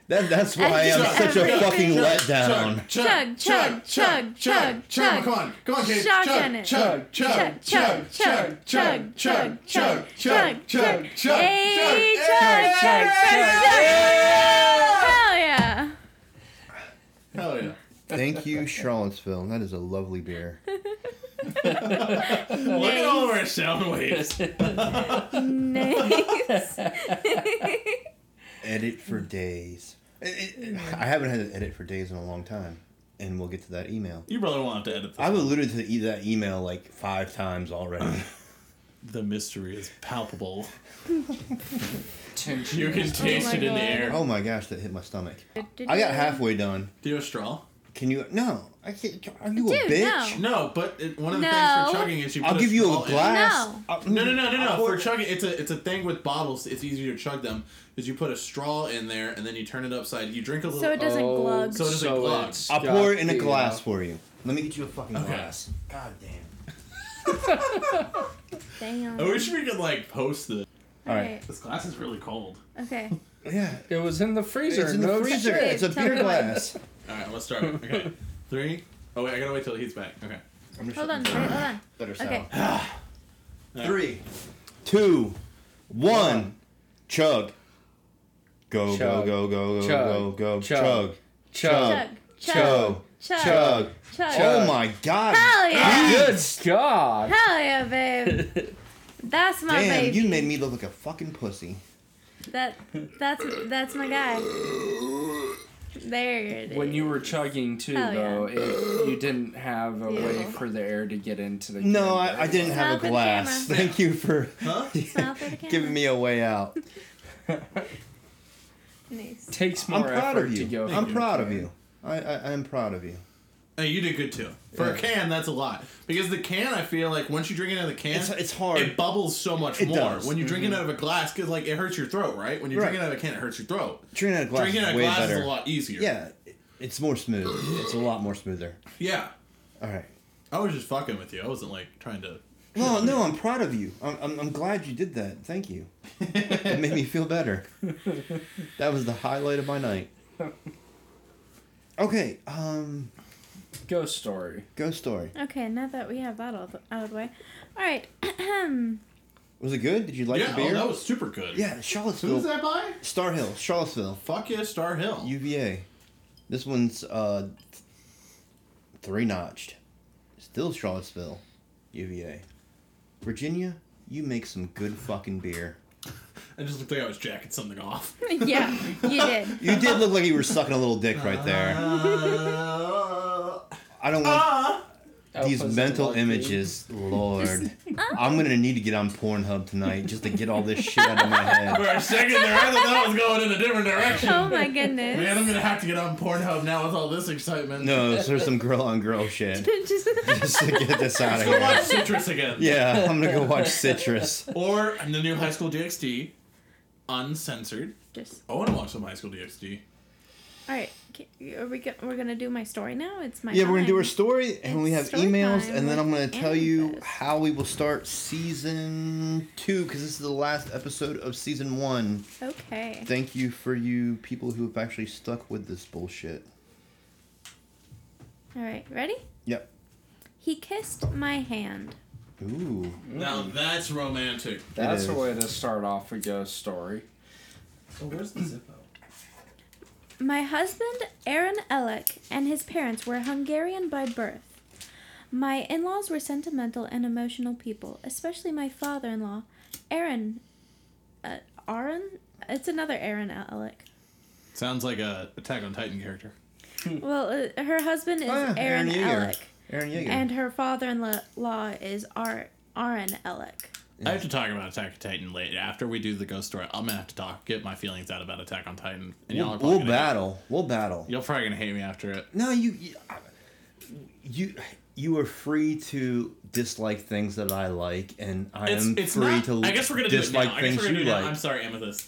Speaker 5: that that's why I'm
Speaker 4: just-
Speaker 5: such a
Speaker 4: Chuck,
Speaker 5: fucking
Speaker 2: Chuck,
Speaker 5: letdown.
Speaker 4: Chug, chug, chug, chug, chug.
Speaker 2: Come on, come on, Kate.
Speaker 4: Chug in it.
Speaker 2: chug,
Speaker 4: Chug, chug, chug, chug, chug, chug, chug, chug.
Speaker 2: chug,
Speaker 4: Hey,
Speaker 2: chug,
Speaker 4: chug,
Speaker 2: chug,
Speaker 4: chug, chug, chug. Hell yeah.
Speaker 2: Hell yeah.
Speaker 5: Thank you, Charlottesville. That is a lovely beer.
Speaker 2: Look at all of our sound waves.
Speaker 4: Nice.
Speaker 5: edit for days. It- it- I haven't had an edit for days in a long time, and we'll get to that email.
Speaker 2: You probably won't have to edit this.
Speaker 5: I've alluded to e- that email like five times already.
Speaker 2: the mystery is palpable.
Speaker 3: Tension
Speaker 2: You can
Speaker 3: is-
Speaker 2: taste
Speaker 4: my
Speaker 2: it in the
Speaker 4: God.
Speaker 2: air.
Speaker 5: oh my gosh, that hit my stomach. I got halfway done.
Speaker 2: Do you have a straw?
Speaker 5: Can you? No, I can't. Are you a
Speaker 4: Dude,
Speaker 5: bitch?
Speaker 2: No, but it, one of the
Speaker 4: No.
Speaker 2: things for chugging is you. Put
Speaker 5: I'll give you
Speaker 2: straw
Speaker 5: a
Speaker 2: in.
Speaker 5: glass.
Speaker 4: No.
Speaker 5: I'll-
Speaker 2: No, no, no, no, no. For chugging, it's a it's a thing with bottles. It's easier to chug them because you put a straw in there and then you turn it upside. You drink a little.
Speaker 4: So it doesn't
Speaker 3: Oh,
Speaker 4: glug.
Speaker 2: So does it glug?
Speaker 3: it's
Speaker 5: I'll pour it in a
Speaker 3: got the,
Speaker 5: glass
Speaker 3: uh,
Speaker 5: for you. Let me get you a fucking
Speaker 2: Okay.
Speaker 5: glass. God damn.
Speaker 4: Damn.
Speaker 2: I wish we could like post this.
Speaker 4: All right.
Speaker 5: Alright.
Speaker 2: This glass is really cold.
Speaker 4: Okay.
Speaker 5: Yeah.
Speaker 3: It was in the freezer.
Speaker 5: It's in the
Speaker 3: no
Speaker 5: freezer.
Speaker 3: shit.
Speaker 5: It's a
Speaker 4: Tell
Speaker 5: beer
Speaker 4: me why.
Speaker 5: glass.
Speaker 2: All right, let's start. Okay, three. Oh wait, I gotta wait till he's back. Okay.
Speaker 5: I'm just
Speaker 4: Hold on. Wait,
Speaker 5: shutting
Speaker 4: hold
Speaker 5: down.
Speaker 4: on.
Speaker 5: Better sound.
Speaker 4: Okay.
Speaker 5: Ah. Three, two, one. Chug. Go,
Speaker 3: Chug.
Speaker 5: go, go, go,
Speaker 3: Chug.
Speaker 5: go, go.
Speaker 3: Chug.
Speaker 5: Chug.
Speaker 3: Chug.
Speaker 4: Chug. Chug.
Speaker 5: Chug.
Speaker 4: Chug. Chug.
Speaker 5: Chug. Oh my god.
Speaker 4: Hell yeah.
Speaker 3: Good God.
Speaker 4: Hell yeah, babe. That's my
Speaker 5: Damn,
Speaker 4: baby.
Speaker 5: you made me look like a fucking pussy.
Speaker 4: That that's that's my guy. There it is.
Speaker 3: When you were chugging too,
Speaker 4: Hell
Speaker 3: though, it, you didn't have a way
Speaker 4: Ew.
Speaker 3: for the air to get into the.
Speaker 5: No,
Speaker 3: can
Speaker 5: I, I
Speaker 3: very
Speaker 5: didn't
Speaker 4: Smile
Speaker 5: have
Speaker 4: for
Speaker 5: a
Speaker 4: the
Speaker 5: glass.
Speaker 4: camera.
Speaker 5: Thank you for
Speaker 2: Huh?
Speaker 4: Smile for the camera.
Speaker 5: giving me a way out.
Speaker 4: nice.
Speaker 3: well. Takes
Speaker 5: I'm
Speaker 3: more
Speaker 5: proud
Speaker 3: effort
Speaker 5: of
Speaker 3: to
Speaker 5: you.
Speaker 3: go.
Speaker 5: I'm
Speaker 3: through
Speaker 5: proud
Speaker 3: the
Speaker 5: of
Speaker 3: can.
Speaker 5: you. I, I, I'm proud of you.
Speaker 2: Hey, you did good too. For a
Speaker 5: Yeah.
Speaker 2: can, that's a lot because the can, I feel like once you drink it out of the can,
Speaker 5: It's, it's hard.
Speaker 2: It bubbles so much
Speaker 5: It
Speaker 2: more
Speaker 5: does. Mm-hmm.
Speaker 2: when you drink it out of a glass because like it hurts your throat, right? When you drink
Speaker 5: Right.
Speaker 2: it out of a can, it hurts your throat.
Speaker 5: Drinking out of glass
Speaker 2: Drinking out
Speaker 5: is
Speaker 2: of
Speaker 5: way
Speaker 2: glass
Speaker 5: better.
Speaker 2: is a lot easier.
Speaker 5: Yeah, it- it's more smooth. It's a lot more smoother.
Speaker 2: yeah.
Speaker 5: All right.
Speaker 2: I was just fucking with you. I wasn't like trying to.
Speaker 5: No, no, I'm proud of you. I'm, I'm, I'm glad you did that. Thank you. It made me feel better. That was the highlight of my night. Okay, um,
Speaker 3: Ghost story.
Speaker 5: ghost story.
Speaker 4: Okay, now that we have that all the, out of the way. All right.
Speaker 5: Was it good? Did you like
Speaker 2: yeah,
Speaker 5: the
Speaker 2: oh,
Speaker 5: beer?
Speaker 2: that was super good.
Speaker 5: yeah,
Speaker 2: Who's
Speaker 5: Charlottesville.
Speaker 2: that by?
Speaker 5: Star Hill, Charlottesville,
Speaker 2: Fuck yeah, Star Hill.
Speaker 5: UVA. This one's uh, three notched. Still Charlottesville, UVA. Virginia, you make some good fucking beer.
Speaker 2: I just looked like I was jacking something off.
Speaker 4: yeah, you did.
Speaker 5: You did look like you were sucking a little dick right there.
Speaker 2: Uh,
Speaker 5: I don't want. These
Speaker 3: Outpost
Speaker 5: mental
Speaker 3: unlocked.
Speaker 5: images, Lord. I'm gonna need to get on Pornhub tonight just to get all this shit out of my
Speaker 2: for
Speaker 5: head.
Speaker 2: a second there, I thought that was going in a different direction.
Speaker 4: Oh my goodness.
Speaker 2: Man, I'm gonna have to get on Pornhub now with all this excitement.
Speaker 5: No, so there's some girl on girl shit
Speaker 4: Just-
Speaker 5: just to get this out of
Speaker 2: Let's go watch
Speaker 5: here.
Speaker 2: Citrus again.
Speaker 5: Yeah, I'm gonna go watch
Speaker 4: Oh
Speaker 5: Citrus.
Speaker 2: Or the new High School DxD, uncensored.
Speaker 4: just
Speaker 2: I want to watch some High School DxD.
Speaker 4: All right, ca- are we go- we're gonna do my story now? It's my
Speaker 5: Yeah, we're gonna do our
Speaker 4: time.
Speaker 5: story, and we have
Speaker 4: It's story
Speaker 5: emails,
Speaker 4: time
Speaker 5: and then
Speaker 4: with
Speaker 5: I'm gonna tell you
Speaker 4: Amethyst.
Speaker 5: how we will start season two because this is the last episode of season one.
Speaker 4: Okay.
Speaker 5: Thank you for you people who have actually stuck with this bullshit.
Speaker 4: All right, ready?
Speaker 5: Yep.
Speaker 4: He kissed my hand.
Speaker 5: Ooh.
Speaker 2: Now that's romantic.
Speaker 3: That's a
Speaker 5: is.
Speaker 3: way to start off a ghost story.
Speaker 2: where's the Zippo?
Speaker 4: My husband, Aaron Elek, and his parents were Hungarian by birth. My in laws were sentimental and emotional people, especially my father in law, Aaron. Uh, Aaron? It's another Aaron Elek.
Speaker 2: Sounds like a Attack on Titan character.
Speaker 4: Well, uh, her husband is
Speaker 5: Oh, yeah, Aaron
Speaker 4: Aaron,
Speaker 5: Yeager.
Speaker 4: Elek,
Speaker 5: Aaron Yeager.
Speaker 4: and her father in law is Ar- Aaron Elek.
Speaker 2: I have to talk about Attack on Titan later. After we do the ghost story, I'm gonna have to talk, get my feelings out about Attack on Titan. And y'all
Speaker 5: we'll,
Speaker 2: are probably
Speaker 5: we'll
Speaker 2: gonna hate-
Speaker 5: battle. We'll battle.
Speaker 2: Y'all probably gonna hate me after it.
Speaker 5: No, you, you, you, you are free to dislike things that I like, and I
Speaker 2: It's,
Speaker 5: am
Speaker 2: it's
Speaker 5: free
Speaker 2: not.
Speaker 5: to
Speaker 2: I guess we're gonna do it
Speaker 5: dislike
Speaker 2: now. I guess
Speaker 5: things
Speaker 2: we're gonna
Speaker 5: you
Speaker 2: do it now.
Speaker 5: like.
Speaker 2: I'm sorry, Amethyst.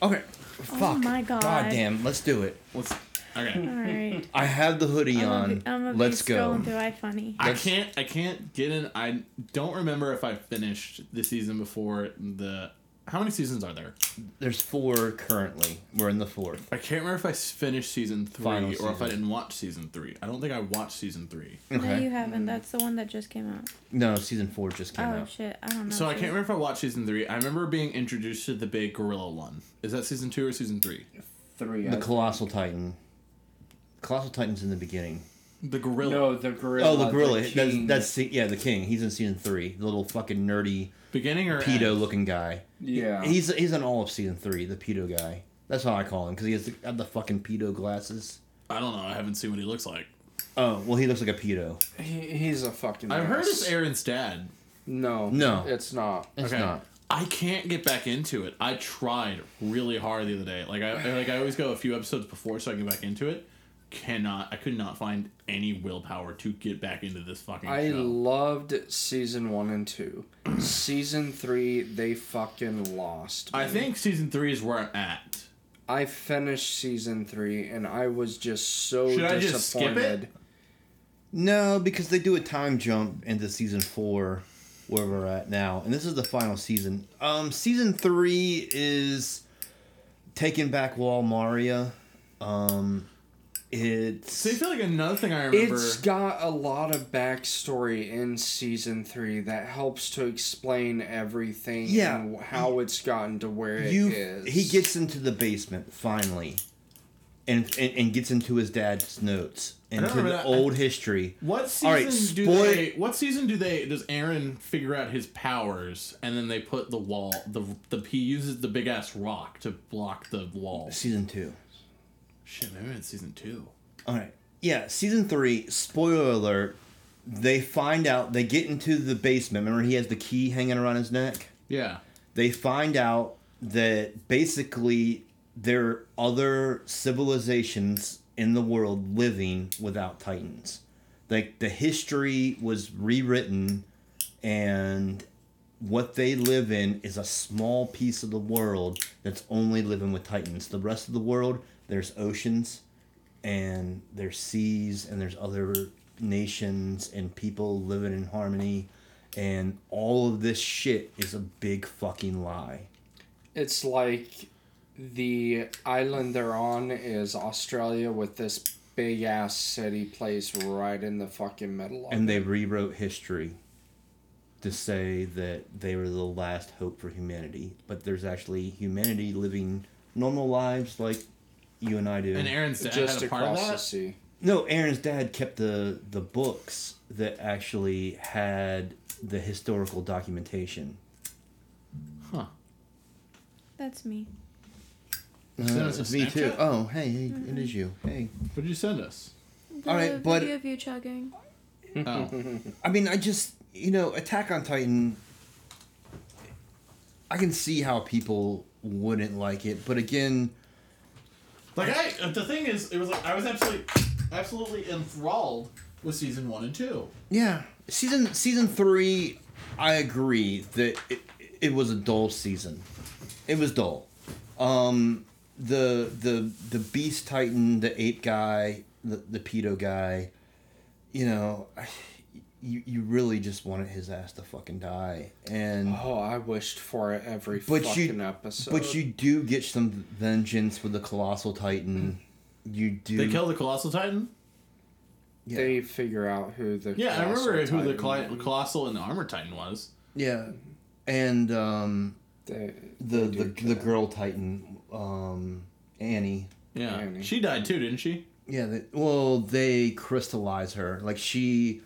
Speaker 5: Okay. Fuck.
Speaker 4: Oh my God.
Speaker 5: damn. Let's do it.
Speaker 2: Let's. Okay.
Speaker 4: All right.
Speaker 5: I have the hoodie
Speaker 4: I'm gonna
Speaker 5: on.
Speaker 4: be- I'm gonna be
Speaker 5: Let's go.
Speaker 4: scrolling through iFunny.
Speaker 2: I
Speaker 5: Let's-
Speaker 2: can't. I can't get in. I don't remember if I finished the season before the. How many seasons are there?
Speaker 5: There's four currently. We're in the fourth.
Speaker 2: I can't remember if I s- finished season three
Speaker 5: Final
Speaker 2: or if I
Speaker 5: season. Hmm.
Speaker 2: didn't watch season three. I don't think I watched season three.
Speaker 4: No, you haven't. That's the one that just came out.
Speaker 5: No, season four just came
Speaker 4: Oh
Speaker 5: out.
Speaker 4: shit! I don't know.
Speaker 2: So I
Speaker 4: shit.
Speaker 2: can't remember if I watched season three. I remember being introduced to the big gorilla one. Is that season two or season three?
Speaker 3: Three.
Speaker 5: The
Speaker 3: I-
Speaker 5: Colossal Titan. Colossal Titan's in the beginning.
Speaker 2: The gorilla.
Speaker 3: no, the gorilla.
Speaker 5: Oh, the gorilla. that's,
Speaker 3: king.
Speaker 5: that's the- yeah, the king. He's in season three. The little fucking nerdy
Speaker 2: Beginning or end?
Speaker 5: pedo looking guy.
Speaker 3: yeah.
Speaker 5: He's he's on all of season three. The pedo guy. That's how I call him because he has the, have the fucking pedo glasses.
Speaker 2: I don't know. I haven't seen what he looks like.
Speaker 5: Oh well, he looks like a pedo.
Speaker 3: he, he's a fucking.
Speaker 2: I've heard
Speaker 3: ass.
Speaker 2: it's Aaron's dad.
Speaker 3: No,
Speaker 5: No.
Speaker 3: it's not.
Speaker 5: It's
Speaker 2: Okay.
Speaker 5: not.
Speaker 2: I can't get back into it. I tried really hard the other day. Like I like I always go a few episodes before so I can get back into it. Cannot. I could not find any willpower to get back into this fucking
Speaker 3: I
Speaker 2: show.
Speaker 3: loved season one and two. season three, they fucking lost.
Speaker 2: I
Speaker 3: me.
Speaker 2: think season three is where I'm at.
Speaker 3: I finished season three, and I was just so
Speaker 2: Should I
Speaker 3: disappointed.
Speaker 2: just skip it?
Speaker 5: No, because they do a time jump into season four, where we're at now, and this is the final season. Um, season three is taking back Wall Maria. Um,
Speaker 2: So I
Speaker 5: it's
Speaker 2: feel like another thing I remember.
Speaker 3: It's got a lot of backstory in season three that helps to explain everything
Speaker 5: Yeah.
Speaker 3: and how it's gotten to where it is.
Speaker 5: you. He gets into the basement finally, and and, and gets into his dad's notes
Speaker 2: don't
Speaker 5: into
Speaker 2: remember
Speaker 5: the
Speaker 2: that.
Speaker 5: old history.
Speaker 2: What season
Speaker 5: All right,
Speaker 2: do
Speaker 5: spoil-
Speaker 2: they? What season do they? Does Aaron figure out his powers, and then they put the wall? The the he uses the big ass rock to block the wall.
Speaker 5: Season two.
Speaker 2: Shit, maybe it's season two.
Speaker 5: All right. Yeah, season three. Spoiler alert. They find out. They get into the basement. Remember, he has the key hanging around his neck.
Speaker 2: Yeah,
Speaker 5: They find out that basically there are other civilizations in the world living without titans. Like the history was rewritten, and what they live in is a small piece of the world that's only living with titans. The rest of the world, there's oceans and there's seas and there's other nations and people living in harmony and all of this shit is a big fucking lie.
Speaker 3: It's like the island they're on is Australia with this big ass city place right in the fucking middle of
Speaker 5: And
Speaker 3: it.
Speaker 5: they rewrote history to say that they were the last hope for humanity, but there's actually humanity living normal lives like you and I do.
Speaker 2: and Aaron's dad
Speaker 3: just
Speaker 2: had a part of
Speaker 3: across the
Speaker 2: that.
Speaker 3: sea.
Speaker 5: No, Aaron's dad kept the the books that actually had the historical documentation.
Speaker 2: Huh.
Speaker 4: That's me.
Speaker 2: Send us a
Speaker 5: Uh, me too.
Speaker 2: Snapchat?
Speaker 5: Oh, hey, hey, it is you. Hey.
Speaker 2: What did you send us?
Speaker 4: The
Speaker 5: All right,
Speaker 4: video
Speaker 5: but-
Speaker 4: of you chugging.
Speaker 2: Oh,
Speaker 5: I mean, I just you know, Attack on Titan. I can see how people wouldn't like it, but again,
Speaker 2: like I. The thing is, it was like I was absolutely, absolutely enthralled with season one and two.
Speaker 5: yeah, season season three, I agree that it, it was a dull season. It was dull. Um, the the the Beast Titan, the ape guy, the the pedo guy. You know, you you really just wanted his ass to fucking die, and
Speaker 3: Oh, I wished for it every
Speaker 5: but
Speaker 3: fucking
Speaker 5: you
Speaker 3: episode.
Speaker 5: but you do get some vengeance with the Colossal Titan. You do.
Speaker 2: They kill the Colossal Titan?
Speaker 5: yeah.
Speaker 3: they figure out who the
Speaker 2: Yeah, I remember
Speaker 3: colossal
Speaker 2: who the
Speaker 3: titan-
Speaker 2: Col- Colossal and the Armor Titan was.
Speaker 5: yeah, and um,
Speaker 3: they-
Speaker 5: the
Speaker 3: they do
Speaker 5: the,
Speaker 3: kill
Speaker 5: the
Speaker 3: him.
Speaker 5: girl Titan, um, Annie.
Speaker 2: Yeah.
Speaker 3: Annie.
Speaker 2: She died too, didn't she?
Speaker 5: Yeah, they, well, they crystallize her. Like she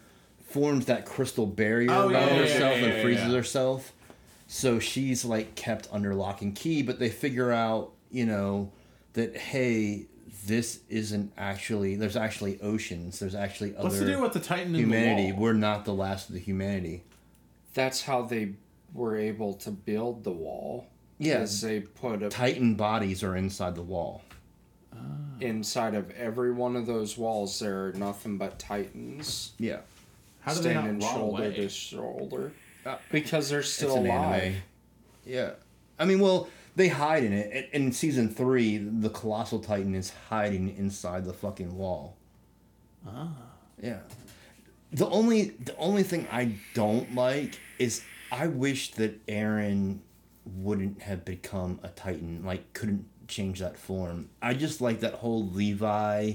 Speaker 5: forms that crystal barrier
Speaker 2: Oh, yeah,
Speaker 5: around
Speaker 2: yeah, yeah,
Speaker 5: herself
Speaker 2: yeah,
Speaker 5: and
Speaker 2: yeah,
Speaker 5: freezes
Speaker 2: yeah.
Speaker 5: herself. So she's like kept under lock and key, but they figure out, you know, that hey, this isn't actually there's actually oceans, there's actually other
Speaker 2: What's the deal with the Titan in
Speaker 5: humanity.
Speaker 2: the wall?
Speaker 5: We're not the last of the humanity.
Speaker 3: That's how they were able to build the wall.
Speaker 5: Yeah.
Speaker 3: is they put a
Speaker 5: Titan bodies are inside the wall.
Speaker 3: inside of every one of those walls. There are nothing but titans
Speaker 5: Yeah.
Speaker 2: How do they
Speaker 3: standing
Speaker 2: not roll
Speaker 3: shoulder
Speaker 2: away?
Speaker 3: to shoulder
Speaker 5: Uh,
Speaker 3: because they're still
Speaker 5: it's an
Speaker 3: alive.
Speaker 5: anime. Yeah, I mean, well, they hide in it. In, in season three, the colossal titan is hiding inside the fucking wall. Ah. Yeah. The only the only thing I don't like is I wish that Aaron wouldn't have become a titan. Like, couldn't change that form. I just like that whole Levi.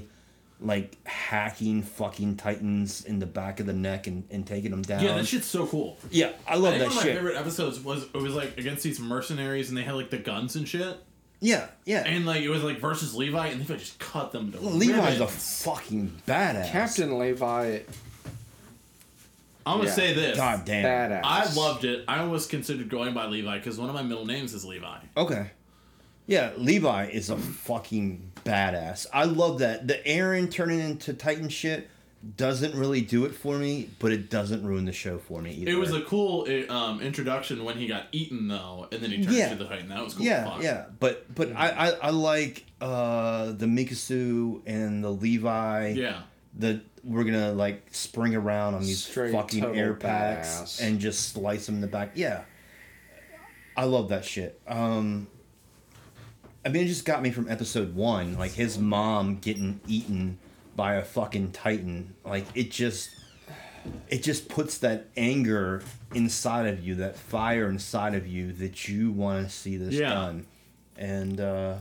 Speaker 5: Like hacking fucking titans in the back of the neck and, and taking them down.
Speaker 2: Yeah, that shit's so cool.
Speaker 5: Yeah, I
Speaker 2: I
Speaker 5: love
Speaker 2: think
Speaker 5: that
Speaker 2: one of my
Speaker 5: shit.
Speaker 2: favorite episodes was it was like against these mercenaries and they had like the guns and shit.
Speaker 5: Yeah, yeah.
Speaker 2: And like it was like versus Levi and Levi just cut them to
Speaker 5: Levi's a
Speaker 2: ribbons.
Speaker 5: fucking badass.
Speaker 3: Captain Levi,
Speaker 2: I'm gonna
Speaker 3: yeah.
Speaker 2: say this.
Speaker 5: God damn.
Speaker 3: badass.
Speaker 2: I loved it. I almost considered going by Levi because one of my middle names is Levi.
Speaker 5: Okay. Yeah, Levi is a fucking badass. I love that. The Aaron turning into Titan shit doesn't really do it for me, but it doesn't ruin the show for me either.
Speaker 2: It was a cool uh, um, introduction when he got eaten though, and then he turned
Speaker 5: Yeah.
Speaker 2: into the Titan. That was cool.
Speaker 5: yeah,
Speaker 2: Fuck.
Speaker 5: yeah. But but I, I I like uh the Mikasu and the Levi.
Speaker 2: yeah.
Speaker 5: The we're gonna like spring around on these
Speaker 3: Straight
Speaker 5: fucking
Speaker 3: total
Speaker 5: air packs
Speaker 3: badass.
Speaker 5: and just slice them in the back. Yeah, I love that shit. Um, I mean, it just got me from episode one, like his mom getting eaten by a fucking titan. Like it just, it just puts that anger inside of you, that fire inside of you that you want to see this
Speaker 2: Yeah.
Speaker 5: done. And uh,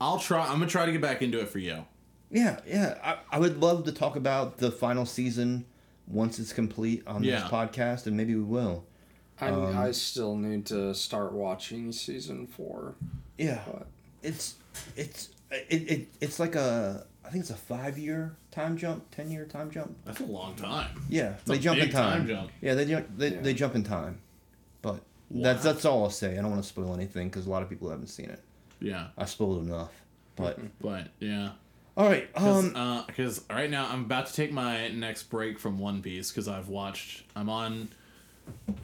Speaker 2: I'll try. I'm gonna try to get back into it for you.
Speaker 5: yeah, yeah. I, I would love to talk about the final season once it's complete on
Speaker 2: Yeah.
Speaker 5: this podcast, and maybe we will.
Speaker 3: I,
Speaker 5: Um,
Speaker 3: I still need to start watching season four.
Speaker 5: Yeah,
Speaker 3: But-
Speaker 5: it's it's it, it it's like a I think it's a five year time jump, ten year time jump.
Speaker 2: That's a long time.
Speaker 5: Yeah,
Speaker 2: a
Speaker 5: they jump in
Speaker 2: big time
Speaker 5: time.
Speaker 2: jump.
Speaker 5: Yeah, they jump they,
Speaker 3: Yeah.
Speaker 5: they jump in time, but that's that's all I'll say. I don't want to spoil anything because a lot of people haven't seen it.
Speaker 2: Yeah,
Speaker 5: I spoiled enough, but
Speaker 3: Mm-hmm.
Speaker 2: but yeah.
Speaker 5: all right. Um,
Speaker 2: because right now I'm about to take my next break from One Piece because I've watched. I'm on.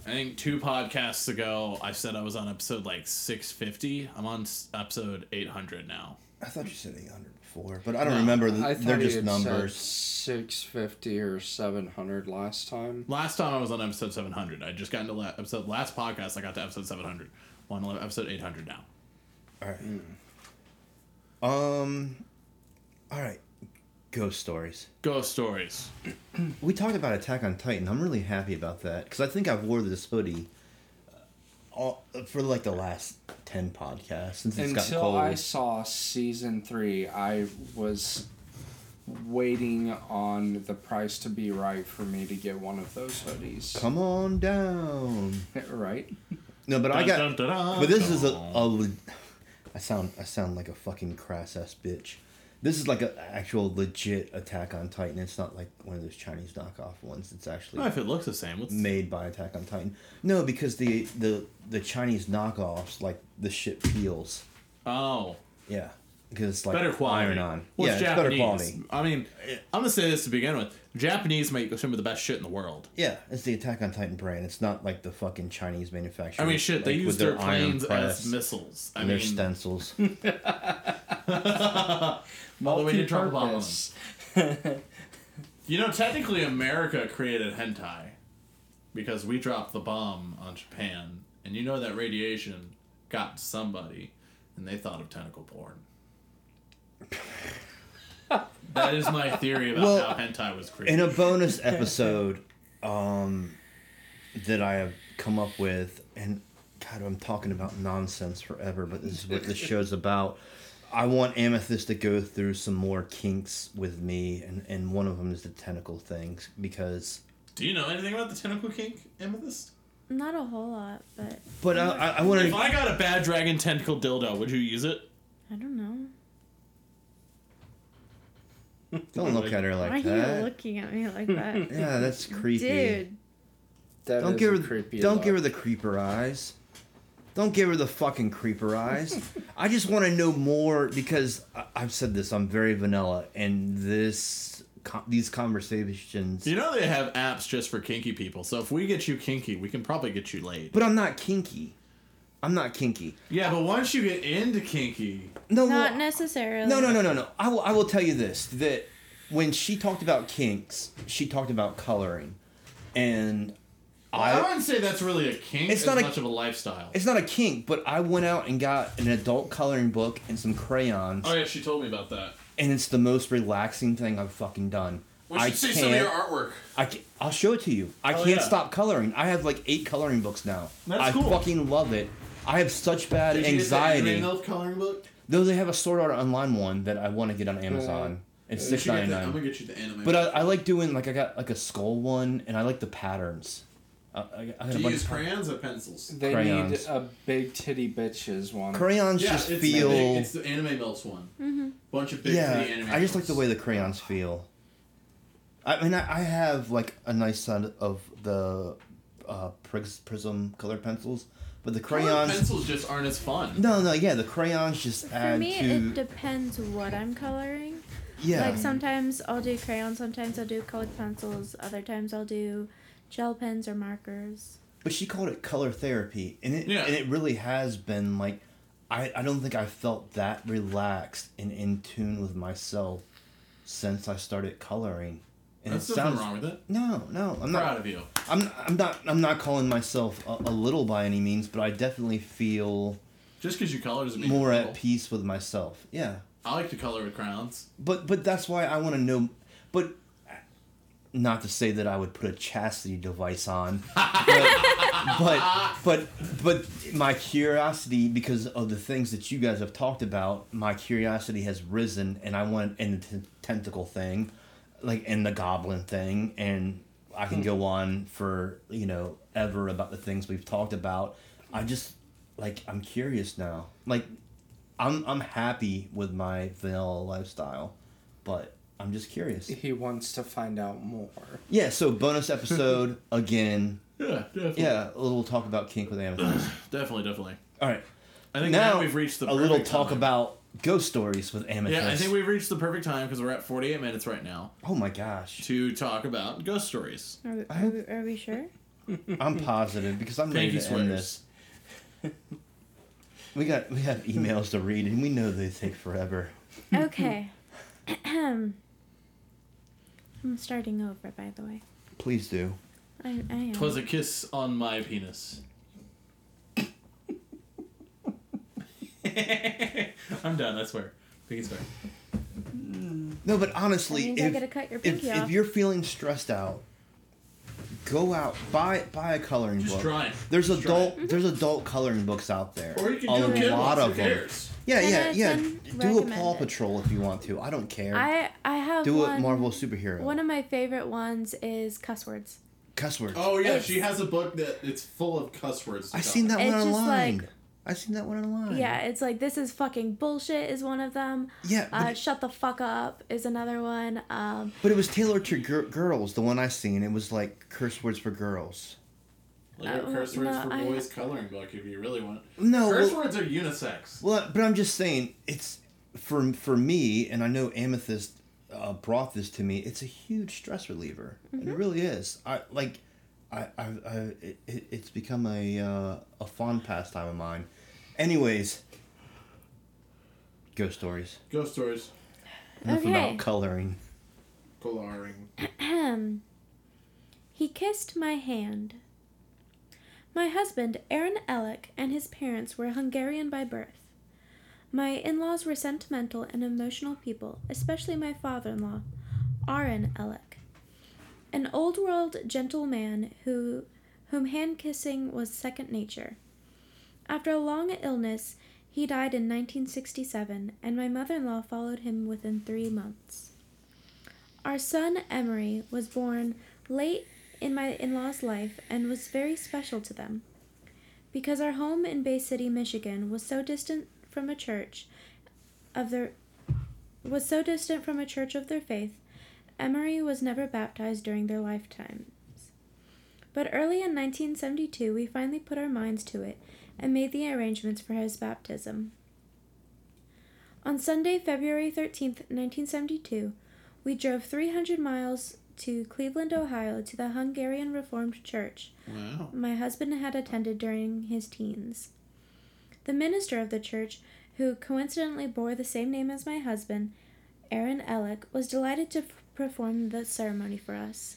Speaker 2: I think two podcasts ago I said I was on episode like 650. I'm on s- episode 800 now.
Speaker 5: I thought you said eight hundred before, but I don't
Speaker 2: No,
Speaker 5: remember.
Speaker 3: I
Speaker 5: Th-
Speaker 3: thought
Speaker 5: they're
Speaker 3: he
Speaker 5: just
Speaker 3: had
Speaker 5: numbers.
Speaker 3: Six fifty or seven hundred last time.
Speaker 2: Last time I was on episode 700. I just got into la- episode last podcast. I got to episode 700. I'm on episode 800 now.
Speaker 5: All right. Um, all right. Ghost stories.
Speaker 2: Ghost stories.
Speaker 5: We talked about Attack on Titan. I'm really happy about that because I think I've wore this hoodie uh, all, for like the last ten podcasts since it's got
Speaker 3: Until
Speaker 5: cold.
Speaker 3: I saw season three, I was waiting on the price to be right for me to get one of those hoodies. Eh,
Speaker 5: Come on down.
Speaker 3: right?
Speaker 5: No, but I
Speaker 2: Dun,
Speaker 5: got.
Speaker 2: dun, dun, dun,
Speaker 5: but this is a,
Speaker 2: dun.
Speaker 5: a le- I sound I sound like a fucking crass ass bitch. This is like an actual legit Attack on Titan. It's not like one of those Chinese knockoff ones. It's actually
Speaker 2: Well, if it looks the same, what's
Speaker 5: made by Attack on Titan. No, because the the the Chinese knockoffs like the shit peels.
Speaker 2: oh
Speaker 5: Yeah, because it's like
Speaker 2: better quality?
Speaker 5: iron on.
Speaker 2: Well,
Speaker 5: yeah,
Speaker 2: it's
Speaker 5: it's better
Speaker 2: Japanese.
Speaker 5: quality.
Speaker 2: I mean, I'm gonna say this to begin with. Japanese make some of the best shit in the world.
Speaker 5: Yeah, it's the Attack on Titan brand. It's not like the fucking Chinese manufacturer.
Speaker 2: I mean, shit, they
Speaker 5: like,
Speaker 2: use
Speaker 5: with
Speaker 2: their,
Speaker 5: iron
Speaker 2: planes
Speaker 5: press
Speaker 2: as missiles. I
Speaker 5: and their
Speaker 2: mean,
Speaker 5: stencils.
Speaker 2: although we did talk about them.
Speaker 3: Multi-purpose.
Speaker 2: You know, technically, America created hentai because we dropped the bomb on Japan, and you know that radiation got to somebody, and they thought of tentacle porn. that is my theory about
Speaker 5: Well,
Speaker 2: how hentai was created.
Speaker 5: in a bonus episode um, that I have come up with, and God, I'm talking about nonsense forever, but this is what this show's about. I want Amethyst to go through some more kinks with me, and, and one of them is the tentacle things because.
Speaker 2: Do you know anything about the tentacle kink, Amethyst?
Speaker 4: Not a whole lot, but
Speaker 5: But I, I, I want
Speaker 2: If
Speaker 5: to.
Speaker 2: I got a bad dragon tentacle dildo, would you use it?
Speaker 4: I don't know.
Speaker 5: Don't look at her
Speaker 4: Why
Speaker 5: like
Speaker 4: are you
Speaker 5: that.
Speaker 4: looking at me like that?
Speaker 5: Yeah, that's creepy.
Speaker 4: Dude,
Speaker 3: That
Speaker 5: Don't
Speaker 3: is
Speaker 5: give
Speaker 3: a
Speaker 5: her.
Speaker 3: creepy.
Speaker 5: Don't give her
Speaker 3: look.
Speaker 5: the creeper eyes. Don't give her the fucking creeper eyes. I just want to know more because I, I've said this. I'm very vanilla, and this co- these conversations.
Speaker 2: You know they have apps just for kinky people. So if we get you kinky, we can probably get you laid.
Speaker 5: But I'm not kinky. I'm not kinky.
Speaker 2: Yeah, but once you get into kinky,
Speaker 5: No,
Speaker 4: not
Speaker 5: well,
Speaker 4: necessarily.
Speaker 5: no, no, no, no, no. I will. I will tell you this: that when she talked about kinks, she talked about coloring, and
Speaker 2: I, wouldn't say that's really a kink.
Speaker 5: It's
Speaker 2: as
Speaker 5: not a-
Speaker 2: much of a lifestyle.
Speaker 5: It's not a kink, but I went out and got an adult coloring book and some crayons,
Speaker 2: Oh yeah, she told me about that.
Speaker 5: and it's the most relaxing thing I've fucking done.
Speaker 2: We
Speaker 5: I
Speaker 2: should see some of your
Speaker 5: can't-
Speaker 2: artwork.
Speaker 5: I can, I'll show it to you. I
Speaker 2: Oh,
Speaker 5: can't
Speaker 2: yeah.
Speaker 5: stop coloring. I have like eight coloring books now.
Speaker 2: That's
Speaker 5: I
Speaker 2: cool.
Speaker 5: fucking love it. I have such bad
Speaker 2: Did you get that
Speaker 5: anxiety.
Speaker 2: Green Elf coloring book?
Speaker 5: Though they have a Sword Art Online one that I want to get on Amazon. it's
Speaker 2: You
Speaker 5: six
Speaker 2: should get
Speaker 5: ninety
Speaker 2: that. I'm
Speaker 5: nine.
Speaker 2: gonna get you the anime.
Speaker 5: But uh, I, I like doing like I got like a skull one, and I like the patterns. I, I, I got a
Speaker 2: Do you
Speaker 5: bunch
Speaker 2: use
Speaker 5: of-
Speaker 2: crayons or pencils?
Speaker 3: They
Speaker 5: crayons.
Speaker 3: need a big titty bitches one.
Speaker 5: crayons.
Speaker 2: yeah,
Speaker 5: just
Speaker 2: it's
Speaker 5: feel.
Speaker 2: The big, it's the anime melts one. Mm-hmm. Bunch of big
Speaker 5: yeah,
Speaker 2: titty anime.
Speaker 5: I just like the
Speaker 2: girls.
Speaker 5: way the crayons feel. I mean, I, I have like a nice set of the uh, Pris- prism color pencils, but the
Speaker 2: Colored
Speaker 5: crayons.
Speaker 2: pencils just aren't as fun.
Speaker 5: No, no, yeah, the crayons just
Speaker 4: For
Speaker 5: add
Speaker 4: me,
Speaker 5: to
Speaker 4: it depends what I'm coloring.
Speaker 5: yeah.
Speaker 4: Like sometimes I'll do crayons, sometimes I'll do colored pencils, other times I'll do gel pens or markers.
Speaker 5: but she called it color therapy, and it
Speaker 2: Yeah.
Speaker 5: and it really has been like, I I don't think I felt that relaxed and in tune with myself since I started coloring. And
Speaker 2: That's
Speaker 5: it
Speaker 2: nothing
Speaker 5: sounds
Speaker 2: wrong with it.
Speaker 5: no, no, I'm not
Speaker 2: Proud of you.
Speaker 5: I'm I'm not I'm not calling myself a, a little by any means, but I definitely feel
Speaker 2: Just because you color doesn't mean
Speaker 5: more
Speaker 2: you're
Speaker 5: at
Speaker 2: cool.
Speaker 5: peace with myself. Yeah,
Speaker 2: I like to color with crayons.
Speaker 5: but but that's why I want to know. But not to say that I would put a chastity device on, but, but but but my curiosity because of the things that you guys have talked about, my curiosity has risen, and I want and the t- tentacle thing, like and the goblin thing, and I can go on for you know ever about the things we've talked about. I just like I'm curious now, like. I'm I'm happy with my vanilla lifestyle, but I'm just curious.
Speaker 3: He wants to find out more.
Speaker 5: Yeah, so bonus episode again.
Speaker 2: Yeah, definitely.
Speaker 5: Yeah, a little talk about kink with Amethyst.
Speaker 2: Definitely, definitely.
Speaker 5: All right.
Speaker 2: I think now,
Speaker 5: now
Speaker 2: we've reached the
Speaker 5: a little
Speaker 2: perfect
Speaker 5: talk
Speaker 2: time.
Speaker 5: about ghost stories with Amethyst.
Speaker 2: Yeah, I think we've reached the perfect time because we're at 48 minutes right now
Speaker 5: Oh my gosh,
Speaker 2: to talk about ghost stories.
Speaker 4: Are we, are we, are we sure?
Speaker 5: I'm positive because I'm ready
Speaker 2: Pinky
Speaker 5: to end
Speaker 2: sweaters.
Speaker 5: this. We got we have emails to read and we know they take forever.
Speaker 4: Okay. I'm starting over, by the way.
Speaker 5: Please do.
Speaker 4: I, I am.
Speaker 2: Twas a kiss on my penis. I'm done. I swear. Pinky swear.
Speaker 5: No, but honestly,
Speaker 4: means I
Speaker 5: if,
Speaker 4: gotta cut your
Speaker 5: if,
Speaker 4: pinky
Speaker 5: if
Speaker 4: off.
Speaker 5: you're feeling stressed out, go out buy buy a coloring
Speaker 2: Just
Speaker 5: book.
Speaker 2: try it.
Speaker 5: There's
Speaker 2: Just try
Speaker 5: adult there's adult coloring books out there.
Speaker 2: Or you can
Speaker 5: a
Speaker 2: do a kid
Speaker 5: lot
Speaker 2: once,
Speaker 5: of
Speaker 2: who
Speaker 5: them.
Speaker 2: cares?
Speaker 5: Yeah,
Speaker 4: Ten
Speaker 5: yeah,
Speaker 4: out of
Speaker 5: yeah.
Speaker 4: ten,
Speaker 5: Do a Paw
Speaker 4: recommended.
Speaker 5: Patrol if you want to. I don't care.
Speaker 4: I I have
Speaker 5: do
Speaker 4: one,
Speaker 5: a Marvel superhero.
Speaker 4: One of my favorite ones is cuss words.
Speaker 5: Cuss words.
Speaker 2: Oh yeah, she
Speaker 4: It's-
Speaker 2: has a book that it's full of cuss words.
Speaker 5: I seen that
Speaker 4: It's
Speaker 5: one
Speaker 4: just
Speaker 5: online.
Speaker 4: like-
Speaker 5: I seen that one online.
Speaker 4: Yeah, it's like this is fucking bullshit is one of them.
Speaker 5: Yeah, but,
Speaker 4: Uh,
Speaker 5: it,
Speaker 4: shut the fuck up is another one. Um,
Speaker 5: but it was tailored to gir- girls. The one I seen, it was like curse words for girls.
Speaker 2: Like your
Speaker 4: Oh,
Speaker 2: curse words
Speaker 4: no,
Speaker 2: for
Speaker 4: I-
Speaker 2: boys coloring book if you really want.
Speaker 5: No,
Speaker 2: curse
Speaker 5: well-
Speaker 2: words are unisex.
Speaker 5: Well, but I'm just saying it's for for me, and I know Amethyst uh, brought this to me. It's a huge stress reliever. It really is. I like, I I, I it, it- it's become a uh, a fond pastime of mine. Anyways, ghost stories.
Speaker 2: Ghost stories,
Speaker 5: Enough
Speaker 4: Okay.
Speaker 5: about coloring.
Speaker 2: coloring.
Speaker 4: Ahem. He kissed my hand. My husband, Aaron Elek, and his parents were Hungarian by birth. My in laws were sentimental and emotional people, especially my father in law, Aaron Ellick, an old world gentleman who, whom hand kissing was second nature. After a long illness, he died in 1967, and my mother in law followed him within three months. Our son Emery was born late in my in law's life and was very special to them. Because our home in Bay City, Michigan was so distant from a church of their was so distant from a church of their faith, Emery was never baptized during their lifetimes. But early in 1972, we finally put our minds to it and made the arrangements for his baptism. On Sunday, February 13th, 1972, we drove 300 miles to Cleveland, Ohio to the Hungarian Reformed Church
Speaker 2: Wow.
Speaker 4: my husband had attended during his teens. The minister of the church, who coincidentally bore the same name as my husband, Aaron Ellick, was delighted to f- perform the ceremony for us.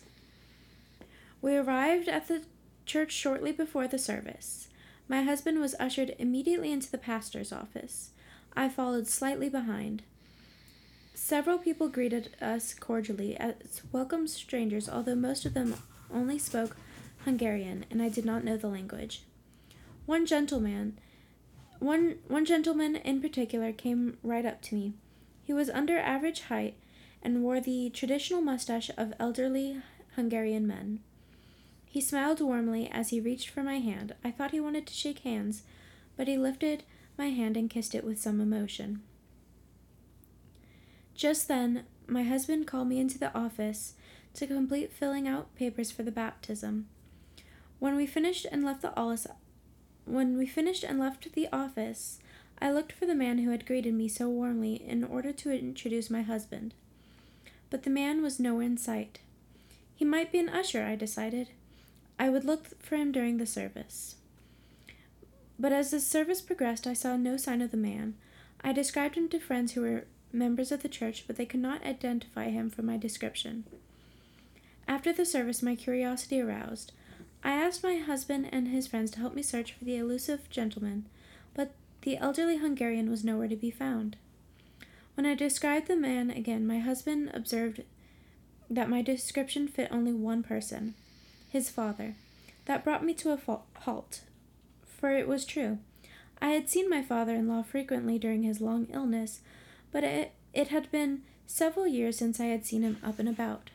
Speaker 4: We arrived at the church shortly before the service. My husband was ushered immediately into the pastor's office. I followed slightly behind. Several people greeted us cordially as welcome strangers, although most of them only spoke Hungarian, and I did not know the language. One gentleman, one one gentleman in particular, came right up to me. He was under average height and wore the traditional mustache of elderly Hungarian men. He smiled warmly as he reached for my hand. I thought he wanted to shake hands, but he lifted my hand and kissed it with some emotion. Just then, my husband called me into the office to complete filling out papers for the baptism. When we finished and left the office, when we finished and left the office, I looked for the man who had greeted me so warmly in order to introduce my husband. But the man was nowhere in sight. He might be an usher, I decided. I would look for him during the service. But as the service progressed, I saw no sign of the man. I described him to friends who were members of the church, but they could not identify him from my description. After the service, my curiosity aroused. I asked my husband and his friends to help me search for the elusive gentleman, but the elderly Hungarian was nowhere to be found. When I described the man again, my husband observed that my description fit only one person his father. That brought me to a fa- halt, for it was true. I had seen my father in law frequently during his long illness, but it, it had been several years since I had seen him up and about.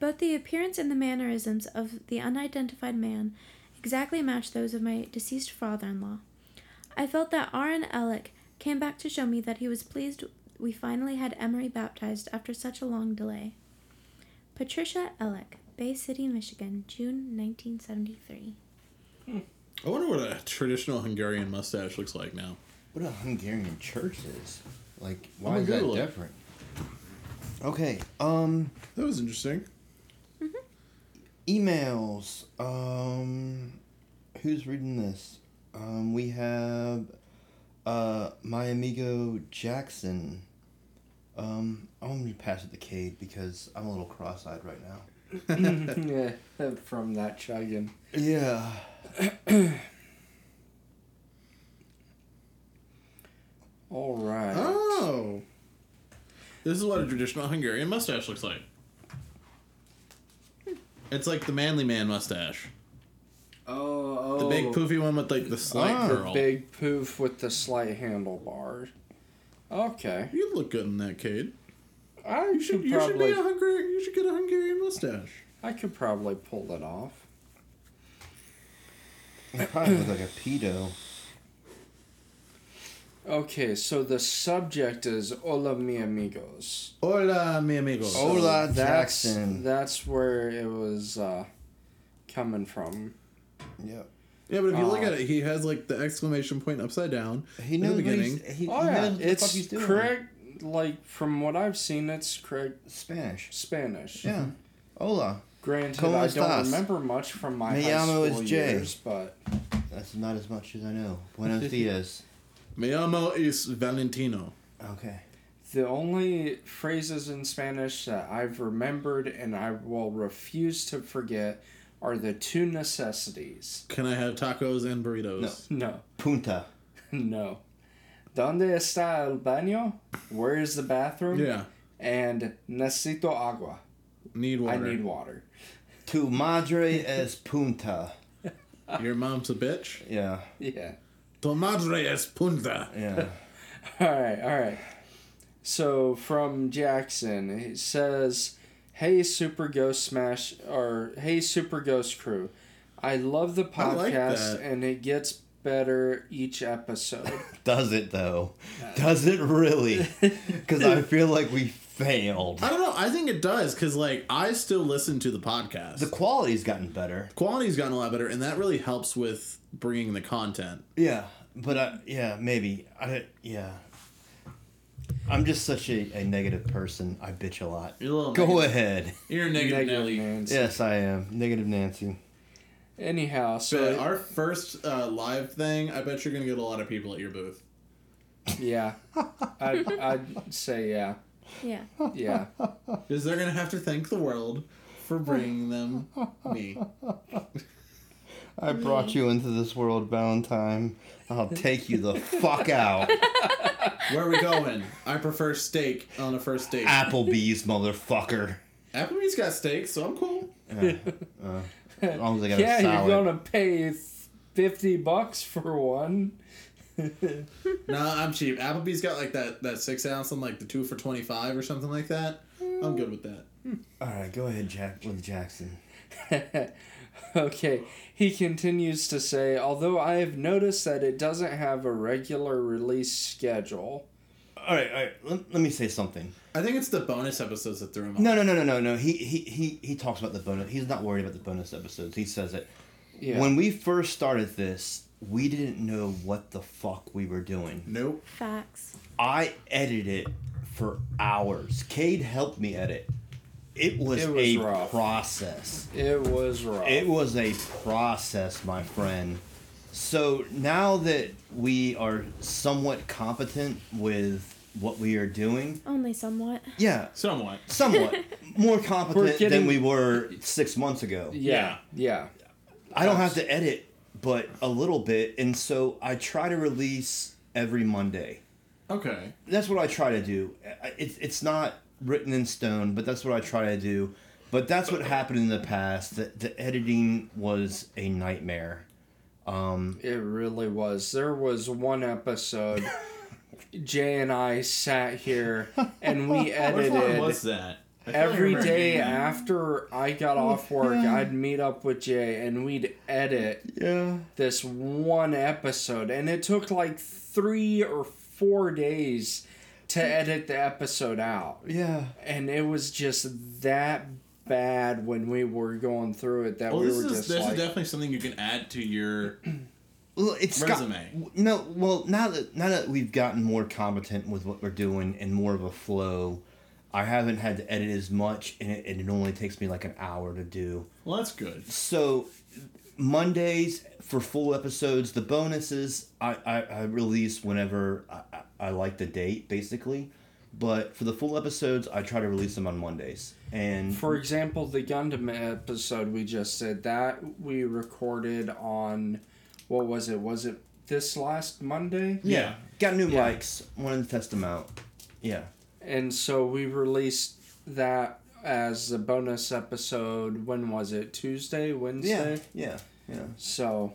Speaker 4: Both the appearance and the mannerisms of the unidentified man exactly matched those of my deceased father in law. I felt that Aaron Alec came back to show me that he was pleased we finally had Emery baptized after such a long delay. Patricia Ellick, Bay City, Michigan, June 1973.
Speaker 2: I wonder what a traditional Hungarian mustache looks like now.
Speaker 1: What a Hungarian church is.
Speaker 5: Like,
Speaker 2: I'm
Speaker 5: why
Speaker 2: a
Speaker 5: is that
Speaker 2: Google it.
Speaker 5: different? Okay. Um,
Speaker 2: That was interesting.
Speaker 5: emails. Um, who's reading this? Um, we have, uh, my amigo Jackson. Um, I'm gonna pass it to Cade because I'm a little cross-eyed right now.
Speaker 3: yeah, from that chugging.
Speaker 5: Yeah.
Speaker 3: All right.
Speaker 2: Oh. This is what a traditional Hungarian mustache looks like. It's like the manly man mustache.
Speaker 3: Oh, oh.
Speaker 2: The big poofy one with like the slight
Speaker 3: Ah,
Speaker 2: curl.
Speaker 3: big poof with the slight handlebar. Okay.
Speaker 2: You look good in that, Cade.
Speaker 3: I
Speaker 2: You should,
Speaker 3: could
Speaker 2: you should be
Speaker 3: probably
Speaker 2: a Hungarian. You should get a Hungarian mustache.
Speaker 3: I could probably pull it off.
Speaker 5: I probably look like a pedo.
Speaker 3: Okay, so the subject is Hola mi amigos.
Speaker 2: Hola, mi amigos.
Speaker 5: Oh. Hola,
Speaker 3: that's,
Speaker 5: Jackson.
Speaker 3: That's where it was uh, coming from.
Speaker 5: Yep.
Speaker 2: Yeah, but if you look
Speaker 3: Oh.
Speaker 2: at it, he has like the exclamation point upside down.
Speaker 5: He
Speaker 2: in
Speaker 5: knows
Speaker 2: the
Speaker 5: what
Speaker 2: beginning.
Speaker 5: he's, he,
Speaker 3: Oh
Speaker 5: he
Speaker 3: yeah,
Speaker 5: knows what the fuck he's
Speaker 3: it's
Speaker 5: doing.
Speaker 3: correct. Like from what I've seen, it's correct
Speaker 5: Spanish.
Speaker 3: Spanish.
Speaker 5: Yeah. Hola.
Speaker 3: Granted,
Speaker 5: ¿Cómo
Speaker 3: I
Speaker 5: estás?
Speaker 3: don't remember much from my
Speaker 5: Me
Speaker 3: high
Speaker 5: llamo
Speaker 3: school
Speaker 5: es Jay.
Speaker 3: years, but
Speaker 5: That's not as much as I know. Buenos dias.
Speaker 2: Mi amo is Valentino.
Speaker 5: Okay.
Speaker 3: the only phrases in Spanish that I've remembered and I will refuse to forget are the two necessities.
Speaker 2: Can I have tacos and burritos?
Speaker 3: No,
Speaker 5: Punta.
Speaker 3: no, ¿Dónde está el baño? Where is the bathroom?
Speaker 2: Yeah.
Speaker 3: And necesito agua.
Speaker 2: Need water.
Speaker 3: I need water.
Speaker 5: Tu madre es punta.
Speaker 2: Your mom's a bitch.
Speaker 5: Yeah,
Speaker 3: Yeah.
Speaker 2: Tu madre es punta.
Speaker 5: yeah.
Speaker 3: All right, all right. So from Jackson, it says, "Hey Super Ghost Smash or Hey Super Ghost Crew, I love the
Speaker 2: I like
Speaker 3: podcast
Speaker 2: that.
Speaker 3: and it gets better each episode."
Speaker 5: Does it though? Does it really? Because I feel like we failed.
Speaker 2: I don't know. I think it does because like I still listen to the podcast.
Speaker 5: The quality's gotten better.
Speaker 2: quality's gotten a lot better, and that really helps with bringing the content.
Speaker 5: Yeah, but I, yeah, maybe. I yeah. I'm just such a, a negative person. I bitch a lot.
Speaker 2: You're a little
Speaker 5: Go
Speaker 2: negative.
Speaker 5: ahead.
Speaker 2: You're negative,
Speaker 3: Negative
Speaker 2: Nelly.
Speaker 3: Nancy.
Speaker 5: Yes, I am. Negative Nancy.
Speaker 3: Anyhow,
Speaker 2: So
Speaker 3: so
Speaker 2: our first uh, live thing, I bet you're gonna get a lot of people at your booth.
Speaker 3: yeah, I I'd say yeah,
Speaker 4: Yeah.
Speaker 3: yeah.
Speaker 2: Because they're gonna have to thank the world for bringing them me.
Speaker 5: I brought you into this world, Valentine. I'll take you the fuck out.
Speaker 2: Where are we going? I prefer steak on a first date.
Speaker 5: Ah. Applebee's, motherfucker.
Speaker 2: Applebee's got steak, so I'm cool.
Speaker 5: As long as I got
Speaker 3: Yeah, you're
Speaker 5: a salad.
Speaker 3: gonna pay fifty bucks for one.
Speaker 2: No, I'm cheap. Applebee's got like that that six ounce and like the two for twenty five or something like that. I'm good with that.
Speaker 5: All right, go ahead, Jack with Jackson.
Speaker 3: Okay, he continues to say, although I have noticed that it doesn't have a regular release schedule.
Speaker 5: All right, all right. Let, let me say something.
Speaker 2: I think it's the bonus episodes that threw him off.
Speaker 5: No, no, no, no, no, no. He he he he talks about the bonus. He's not worried about the bonus episodes. He says it.
Speaker 3: Yeah.
Speaker 5: When we first started this, we didn't know what the fuck we were doing.
Speaker 2: Nope.
Speaker 4: Facts.
Speaker 5: I edited it for hours. Cade helped me edit. It was,
Speaker 3: It was
Speaker 5: a
Speaker 3: rough.
Speaker 5: process.
Speaker 3: it was rough.
Speaker 5: It was a process, my friend. So now that we are somewhat competent with what we are doing,
Speaker 4: Only somewhat.
Speaker 5: yeah,
Speaker 2: Somewhat.
Speaker 5: somewhat more competent
Speaker 3: getting-
Speaker 5: than we were six months ago.
Speaker 3: yeah, yeah.
Speaker 5: I don't have to edit, but a little bit, and so I try to release every Monday.
Speaker 2: Okay.
Speaker 5: That's what I try to do. I- It's it's not written in stone, but that's what I try to do. But that's what happened in the past. The, the editing was a nightmare.
Speaker 3: It really was. There was one episode. Jay and I sat here and we
Speaker 2: Which one was
Speaker 3: edited
Speaker 2: that? I feel like I
Speaker 3: every
Speaker 2: remember Oh,
Speaker 3: day
Speaker 2: being-
Speaker 3: after I got off work. I'd meet up with Jay and we'd edit
Speaker 5: Yeah.
Speaker 3: this one episode and it took like three or four days to edit the episode out
Speaker 5: Yeah.
Speaker 3: and it was just that bad when we were going through it that
Speaker 2: Well,
Speaker 3: we
Speaker 2: this
Speaker 3: were
Speaker 2: is
Speaker 3: just
Speaker 2: this
Speaker 3: like
Speaker 2: is definitely something you can add to your.
Speaker 5: Well, it's
Speaker 2: Resume.
Speaker 5: Got, no, well, now that now that we've gotten more competent with what we're doing and more of a flow, I haven't had to edit as much, and it, and it only takes me like an hour to do.
Speaker 2: Well, that's good.
Speaker 5: So Mondays for full episodes, the bonuses I, I, I release whenever I, I, I like the date, basically. But for the full episodes, I try to release them on Mondays. And
Speaker 3: for example the gundam episode we just did that we recorded on what was it was it this last monday
Speaker 5: yeah, got new
Speaker 3: Yeah.
Speaker 5: mics. Wanted to test them out. Yeah.
Speaker 3: and so we released that as a bonus episode when was it tuesday wednesday
Speaker 5: Yeah. Yeah. Yeah.
Speaker 3: so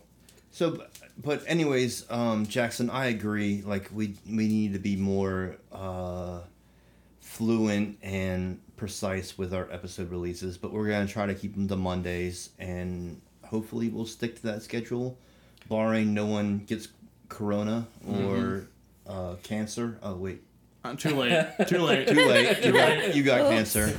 Speaker 5: So, b- but anyways, um, Jackson, I agree. Like we we need to be more uh, fluent and precise with our episode releases. But we're gonna try to keep them to Mondays, and hopefully we'll stick to that schedule, barring no one gets corona or
Speaker 2: Mm-hmm.
Speaker 5: uh, cancer. Oh wait,
Speaker 2: Uh, too late. Too late.
Speaker 5: too late. You got, you got cancer.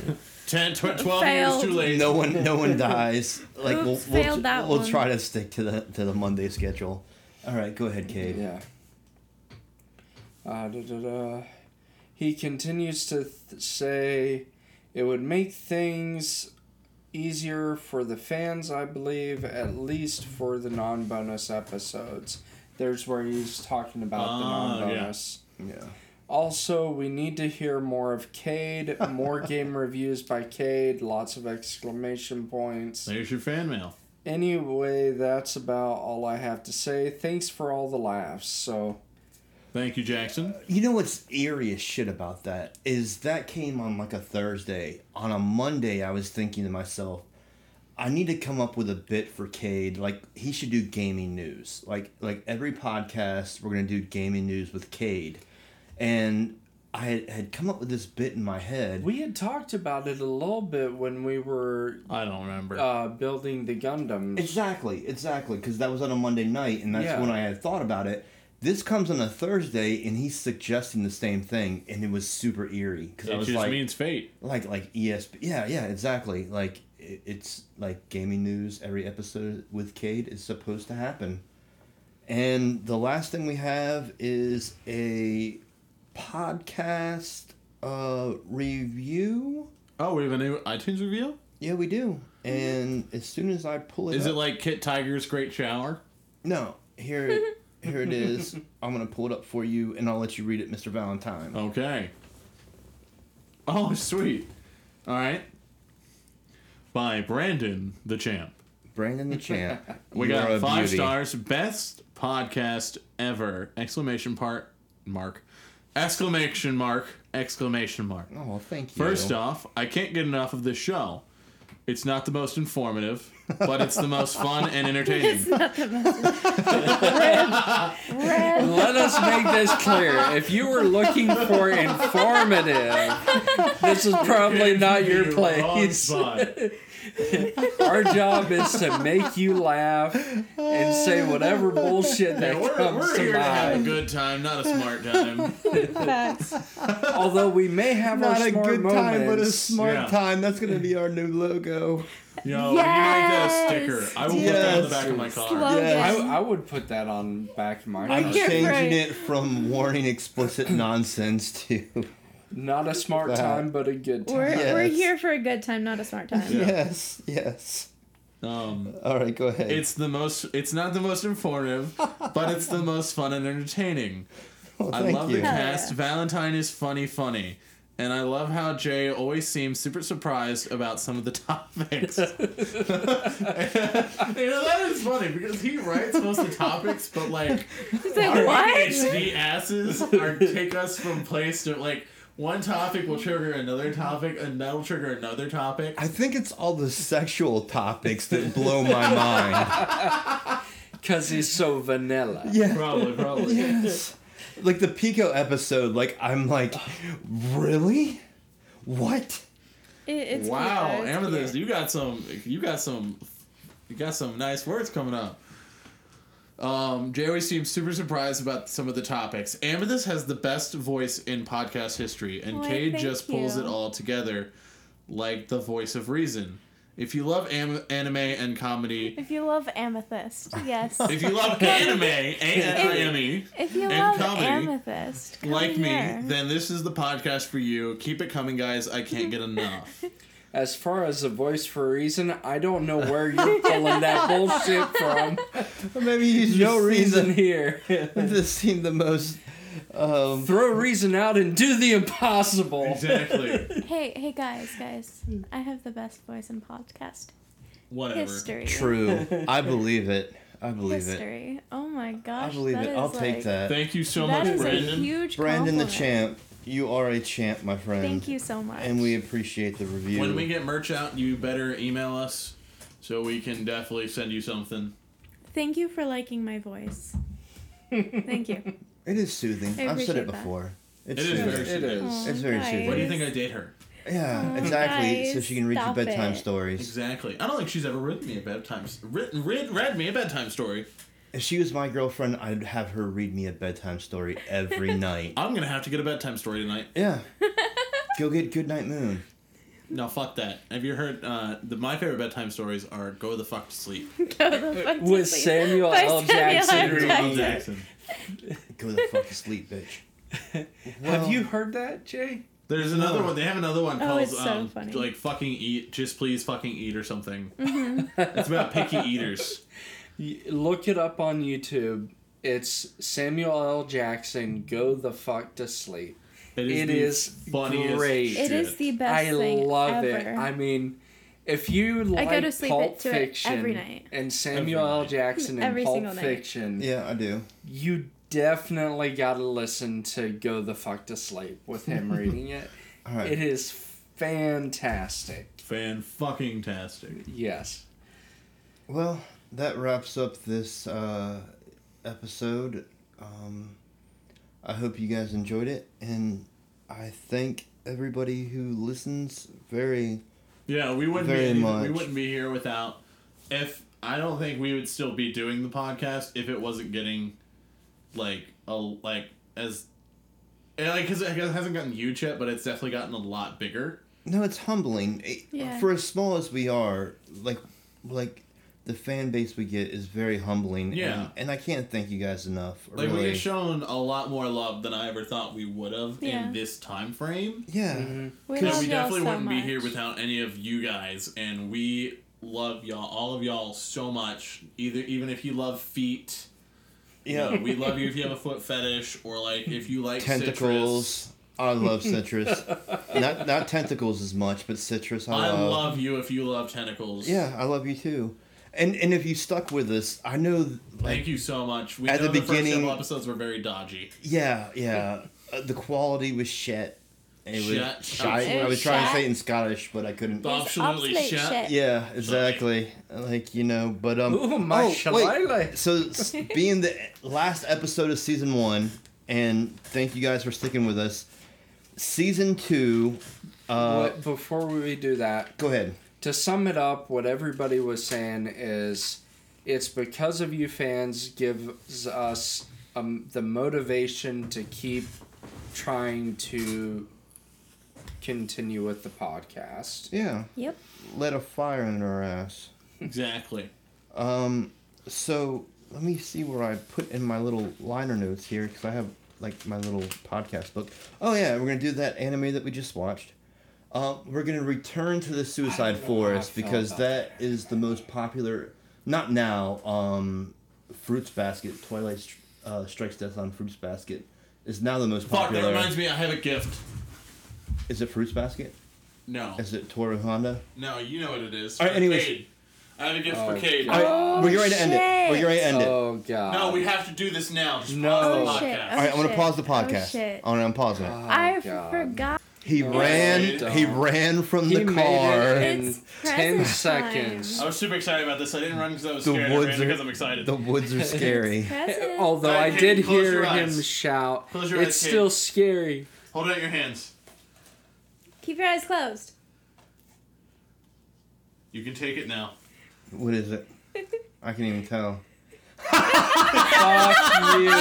Speaker 2: 10, tw- 12 years
Speaker 4: Failed.
Speaker 2: too late.
Speaker 5: No one, no one dies. Like we'll
Speaker 4: Oops,
Speaker 5: we'll,
Speaker 4: failed that
Speaker 5: we'll
Speaker 4: one.
Speaker 5: try to stick to the to the Monday schedule. All right, go ahead, Cade.
Speaker 3: Yeah. Uh, da, da, da. He continues to th- say it would make things easier for the fans, I believe, at least for the non bonus episodes. There's where he's talking about the
Speaker 2: Ah,
Speaker 3: non
Speaker 2: yeah.
Speaker 3: bonus.
Speaker 5: Yeah.
Speaker 3: Also, we need to hear more of Cade, more game reviews by Cade, lots of exclamation points.
Speaker 2: There's your fan mail.
Speaker 3: Anyway, that's about all I have to say. Thanks for all the laughs. So,
Speaker 2: Thank you, Jackson.
Speaker 5: You know what's eerie as shit about that is that came on like a Thursday. On a Monday, I was thinking to myself, I need to come up with a bit for Cade. Like he should do gaming news. Like like every podcast, we're gonna do gaming news with Cade, and I had, had come up with this bit in my head.
Speaker 3: We had talked about it a little bit when we were
Speaker 2: I don't remember.
Speaker 3: uh, building the Gundams.
Speaker 5: Exactly, exactly, because that was on a Monday night, and that's
Speaker 3: Yeah.
Speaker 5: when I had thought about it. This comes on a Thursday, and he's suggesting the same thing, and it was super eerie because I
Speaker 2: it
Speaker 5: was
Speaker 2: just
Speaker 5: like,
Speaker 2: means fate.
Speaker 5: like, like ESP, yeah, yeah, exactly. Like it, it's like gaming news every episode with Cade is supposed to happen, and the last thing we have is a podcast uh review.
Speaker 2: Oh, we have a new iTunes review.
Speaker 5: Yeah, we do. And as soon as I pull it,
Speaker 2: Is
Speaker 5: up,
Speaker 2: it like Kit Tiger's Great Shower?
Speaker 5: No, here, it- here it is. I'm gonna pull it up for you, and I'll let you read it, Mr. Valentine.
Speaker 2: Okay. Oh, sweet. All right. By Brandon the Champ.
Speaker 5: Brandon the champ.
Speaker 2: We
Speaker 5: you are
Speaker 2: got
Speaker 5: a
Speaker 2: five
Speaker 5: beauty.
Speaker 2: stars. Best podcast ever! Exclamation part mark. Exclamation mark. Exclamation mark.
Speaker 5: Oh, thank you.
Speaker 2: First off, I can't get enough of this show. It's not the most informative, but it's the most fun and entertaining.
Speaker 4: Red.
Speaker 3: Let us make this clear. If you were looking for informative, this is probably not your place. Our job is to make you laugh and say whatever bullshit that
Speaker 2: We're,
Speaker 3: comes
Speaker 2: we're
Speaker 3: to
Speaker 2: here to have a
Speaker 3: mind.
Speaker 2: good time, not a smart time.
Speaker 4: Facts.
Speaker 3: Although we may have
Speaker 5: Not
Speaker 3: our
Speaker 5: a
Speaker 3: smart
Speaker 5: good
Speaker 3: moments.
Speaker 5: time, but a smart
Speaker 2: Yeah.
Speaker 5: time. That's gonna be our new logo.
Speaker 2: Yo,
Speaker 4: Yes.
Speaker 2: you make that a sticker. I will put that on the
Speaker 5: Yes.
Speaker 2: back of my car.
Speaker 4: Slogan.
Speaker 5: Yes.
Speaker 3: I, I would put that on back of my.
Speaker 5: I'm
Speaker 3: house.
Speaker 4: Yeah,
Speaker 5: changing
Speaker 4: right.
Speaker 5: it from warning explicit nonsense to
Speaker 3: Not a smart
Speaker 5: That.
Speaker 3: time, but a good time.
Speaker 4: We're, we're
Speaker 5: Yes.
Speaker 4: here for a good time, not a smart time.
Speaker 2: Yeah.
Speaker 5: yes, yes.
Speaker 2: Um,
Speaker 5: All right, go ahead.
Speaker 2: It's the most. It's not the most informative, but it's the most fun and entertaining.
Speaker 5: Oh,
Speaker 2: I
Speaker 5: thank
Speaker 2: love
Speaker 5: you.
Speaker 2: the cast.
Speaker 4: yeah.
Speaker 2: Valentine is funny, funny, and I love how Jay always seems super surprised about some of the topics. you know that is funny because he writes most of the topics, but like
Speaker 4: It's like,
Speaker 2: our
Speaker 4: what?
Speaker 2: ADHD asses are take us from place to like. One topic will trigger another topic, and that'll trigger another topic.
Speaker 5: I think it's all the sexual topics that blow my mind.
Speaker 3: Because he's so vanilla.
Speaker 5: Yeah.
Speaker 2: Probably, probably.
Speaker 5: Yes. Like the Pico episode, like I'm like, really? What?
Speaker 4: It, it's
Speaker 2: wow,
Speaker 4: cute, though. It's
Speaker 2: Amethyst,
Speaker 4: cute.
Speaker 2: you got some, you got some, you got some nice words coming up. Um, Jay always seems super surprised about some of the topics. Amethyst has the best voice in podcast history, and
Speaker 4: Why,
Speaker 2: Cade
Speaker 4: thank
Speaker 2: just pulls
Speaker 4: you.
Speaker 2: it all together, like the voice of reason. If you love am- anime and comedy,
Speaker 7: If you love amethyst, yes.
Speaker 2: if you love anime, anime,
Speaker 7: if you love
Speaker 2: and comedy,
Speaker 7: amethyst, come
Speaker 2: like me,
Speaker 7: here.
Speaker 2: then this is the podcast for you. Keep it coming, guys. I can't get enough.
Speaker 3: As far as a voice for a reason, I don't know where you're pulling that bullshit from.
Speaker 5: Maybe he's
Speaker 3: No
Speaker 5: just
Speaker 3: reason
Speaker 5: seen
Speaker 3: here.
Speaker 5: the- This seemed the most. Um,
Speaker 3: Throw reason out and do the impossible.
Speaker 2: exactly.
Speaker 7: Hey, hey guys, guys.
Speaker 5: Hmm.
Speaker 7: I have the best voice in podcast
Speaker 2: Whatever.
Speaker 7: history.
Speaker 5: true. I believe it. I believe it.
Speaker 7: History. Oh my
Speaker 5: I
Speaker 7: gosh.
Speaker 5: believe
Speaker 7: that
Speaker 5: it.
Speaker 7: is
Speaker 5: I'll take
Speaker 7: like-
Speaker 4: Uh,
Speaker 5: that.
Speaker 2: Thank you so
Speaker 7: that
Speaker 2: much,
Speaker 7: is a
Speaker 2: Brandon.
Speaker 7: huge
Speaker 5: Brandon the
Speaker 7: compliment.
Speaker 5: champ, you are a champ, my friend.
Speaker 7: Thank you so much.
Speaker 5: And we appreciate the review.
Speaker 2: When we get merch out, you better email us so we can definitely send you something.
Speaker 4: Thank you for liking my voice. Thank you.
Speaker 5: it is soothing.
Speaker 4: I
Speaker 5: I've said
Speaker 4: appreciate
Speaker 5: it
Speaker 4: that.
Speaker 5: before.
Speaker 2: It
Speaker 5: It's
Speaker 2: is
Speaker 5: soothing.
Speaker 2: very
Speaker 3: It is.
Speaker 4: Aw,
Speaker 5: It's very
Speaker 4: guys.
Speaker 5: serious.
Speaker 2: What do you think I date her?
Speaker 5: Yeah,
Speaker 7: Oh,
Speaker 4: Aw,
Speaker 5: exactly. so
Speaker 4: guys,
Speaker 5: she can read you
Speaker 4: stop
Speaker 5: bedtime
Speaker 4: it.
Speaker 5: stories.
Speaker 2: Exactly. I don't think she's ever written me a bedtime written read, read me a bedtime story.
Speaker 5: If she was my girlfriend, I'd have her read me a bedtime story every night.
Speaker 2: I'm gonna have to get a bedtime story tonight.
Speaker 5: Yeah. Go get Goodnight Moon.
Speaker 2: No, fuck that. Have you heard? Uh, the my favorite bedtime stories are "Go the fuck to sleep."
Speaker 4: Go the fuck to
Speaker 3: With
Speaker 4: sleep.
Speaker 3: Samuel
Speaker 4: By
Speaker 3: L.
Speaker 4: Samuel
Speaker 3: Jackson
Speaker 4: L.
Speaker 3: reading.
Speaker 2: Bill Jackson.
Speaker 5: Go the fuck to sleep, bitch.
Speaker 3: Have you heard that, Jay?
Speaker 2: There's another one. They have another one
Speaker 4: Oh,
Speaker 2: called
Speaker 4: it's so
Speaker 2: um,
Speaker 4: funny.
Speaker 2: like "Fucking Eat," just please fucking eat or something.
Speaker 4: Mm-hmm.
Speaker 2: it's about picky eaters.
Speaker 3: Y- Look it up on YouTube. It's Samuel L. Jackson. Go the fuck to sleep. It
Speaker 2: the
Speaker 3: is great.
Speaker 4: It is the best
Speaker 3: I
Speaker 4: thing
Speaker 3: love it.
Speaker 4: ever.
Speaker 3: I mean, if you like
Speaker 4: go to sleep
Speaker 3: Pulp
Speaker 4: to it every
Speaker 3: Fiction
Speaker 4: night.
Speaker 3: and Samuel L.
Speaker 2: night.
Speaker 3: Jackson and
Speaker 4: Every
Speaker 3: Pulp
Speaker 4: single night.
Speaker 3: Fiction,
Speaker 5: Yeah, I do.
Speaker 3: you definitely gotta listen to Go the Fuck to Sleep with him reading it.
Speaker 5: All right.
Speaker 3: It is fantastic.
Speaker 2: Fan fucking tastic.
Speaker 3: Yes.
Speaker 5: Well, that wraps up this uh, episode. Um, I hope you guys enjoyed it, and I thank everybody who listens. Very
Speaker 2: Yeah, we wouldn't
Speaker 5: Very
Speaker 2: be anything-
Speaker 5: much.
Speaker 2: we wouldn't be here without if I don't think we would still be doing the podcast if it wasn't getting like a like as and, like because it hasn't gotten huge yet, but it's definitely gotten a lot bigger.
Speaker 5: no, it's humbling It-
Speaker 4: Yeah.
Speaker 5: for as small as we are. Like, like the fan base we get is very humbling.
Speaker 2: Yeah.
Speaker 5: and, and I can't thank you guys enough.
Speaker 2: Like we
Speaker 5: really.
Speaker 2: get shown a lot more love than I ever thought we would have
Speaker 4: Yeah.
Speaker 2: in this time frame.
Speaker 5: yeah,
Speaker 4: We
Speaker 2: Yeah,
Speaker 4: love
Speaker 2: we
Speaker 4: y'all
Speaker 2: definitely
Speaker 4: so
Speaker 2: wouldn't
Speaker 4: much.
Speaker 2: be here without any of you guys, and we love y'all, all of y'all, so much. Either even if you love feet,
Speaker 5: yeah.
Speaker 2: you know, we love you if you have a foot fetish, or like if you like
Speaker 5: tentacles.
Speaker 2: Citrus.
Speaker 5: I love citrus. not not tentacles as much, but citrus. I,
Speaker 2: I
Speaker 5: love.
Speaker 2: love you if you love tentacles.
Speaker 5: uh, Yeah, I love you too. And and if you stuck with us, I know. Like,
Speaker 2: Thank you so much. We
Speaker 5: At
Speaker 2: know
Speaker 5: the
Speaker 2: first couple
Speaker 5: beginning-
Speaker 2: episodes were very dodgy.
Speaker 5: yeah, yeah. Uh, the quality was shit. It was
Speaker 2: Shit.
Speaker 5: shite. I was trying to say it in Scottish, but I couldn't.
Speaker 2: Absolutely
Speaker 8: absolute
Speaker 2: shit.
Speaker 8: shit.
Speaker 5: Yeah, exactly. Like you know, but um.
Speaker 3: Ooh, my
Speaker 5: oh, wait.
Speaker 3: shillelagh.
Speaker 5: So s- being the last episode of season one, and thank you guys for sticking with us. Season two. Uh,
Speaker 3: What- before we do that,
Speaker 5: go ahead.
Speaker 3: to sum it up, what everybody was saying is it's because of you fans gives us um, the motivation to keep trying to continue with the podcast.
Speaker 5: Yeah,
Speaker 4: Yep.
Speaker 5: let a fire in our ass.
Speaker 2: Exactly.
Speaker 5: Um, so let me see where I put in my little liner notes here because I have like my little podcast book. Oh yeah, we're gonna do that anime that we just watched. Uh, we're gonna return to the
Speaker 3: I
Speaker 5: Suicide
Speaker 3: don't know how I
Speaker 5: Forest
Speaker 3: feel
Speaker 5: because
Speaker 3: about
Speaker 5: that is the most popular. Not now. Um, Fruits Basket, Twilight Str- uh, Strikes Death on Fruits Basket, is now the most
Speaker 2: Fuck,
Speaker 5: popular.
Speaker 2: that reminds me, I have a gift.
Speaker 5: Is it Fruits Basket?
Speaker 2: No.
Speaker 5: Is it Toru Honda?
Speaker 2: No, you know what it is.
Speaker 5: All right,
Speaker 2: For
Speaker 5: anyways.
Speaker 2: Cade. I have a gift
Speaker 3: Oh,
Speaker 2: for Cade.
Speaker 3: God.
Speaker 4: Oh,
Speaker 5: we're ready to end it. We're
Speaker 4: shit.
Speaker 5: ready to end it.
Speaker 3: Oh, God.
Speaker 2: No, we have to do this now. Just
Speaker 3: No.
Speaker 2: pause the
Speaker 3: Oh,
Speaker 2: podcast.
Speaker 4: shit.
Speaker 5: All right, I'm gonna
Speaker 4: shit.
Speaker 5: pause the
Speaker 4: Oh,
Speaker 5: podcast.
Speaker 4: shit.
Speaker 5: Oh, I'm pausing it.
Speaker 3: Oh,
Speaker 4: I
Speaker 3: God.
Speaker 4: forgot.
Speaker 5: He
Speaker 3: Oh,
Speaker 5: ran.
Speaker 2: shit.
Speaker 5: He ran from
Speaker 3: He
Speaker 5: the
Speaker 3: made
Speaker 5: car.
Speaker 3: it in
Speaker 4: It's
Speaker 3: 10
Speaker 4: present
Speaker 3: seconds.
Speaker 2: I was super excited about this. I didn't run because I was
Speaker 5: The
Speaker 2: scared. I
Speaker 5: woods
Speaker 2: ran
Speaker 5: are-
Speaker 2: because I'm excited.
Speaker 5: The woods are scary.
Speaker 4: President.
Speaker 3: Although
Speaker 2: Alright,
Speaker 3: I
Speaker 2: Kate,
Speaker 3: did
Speaker 2: close
Speaker 3: hear
Speaker 2: your
Speaker 3: him
Speaker 2: eyes.
Speaker 3: shout,
Speaker 2: Close your
Speaker 3: it's
Speaker 2: eyes, Kate.
Speaker 3: still scary.
Speaker 2: Hold out your hands.
Speaker 4: Keep your eyes closed.
Speaker 2: You can take it now.
Speaker 5: What is it? I can't even tell.
Speaker 3: Fuck you.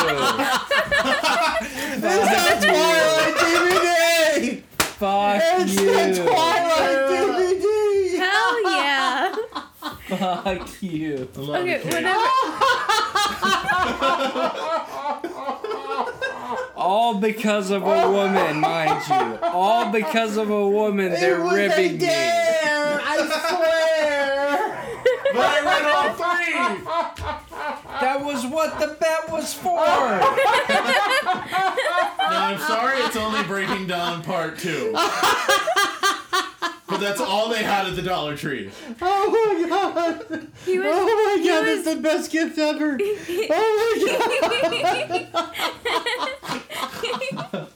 Speaker 5: It's Twilight DVD.
Speaker 3: Fuck you.
Speaker 5: Twilight DVD.
Speaker 4: Hell yeah.
Speaker 3: Fuck you.
Speaker 4: okay, whenever.
Speaker 3: All because of
Speaker 4: Oh.
Speaker 3: a woman, mind you. All because of a woman, they're ribbing me.
Speaker 5: I
Speaker 2: But I ran all three!
Speaker 3: That was what the bet was
Speaker 4: Oh.
Speaker 3: for.
Speaker 2: No, I'm sorry, it's only Breaking Dawn Part 2. but that's all they had at the Dollar Tree.
Speaker 5: swear. Oh my god.
Speaker 4: He was.
Speaker 5: Oh my
Speaker 4: he
Speaker 5: god.
Speaker 4: was-
Speaker 5: That's the best gift ever. Oh my god.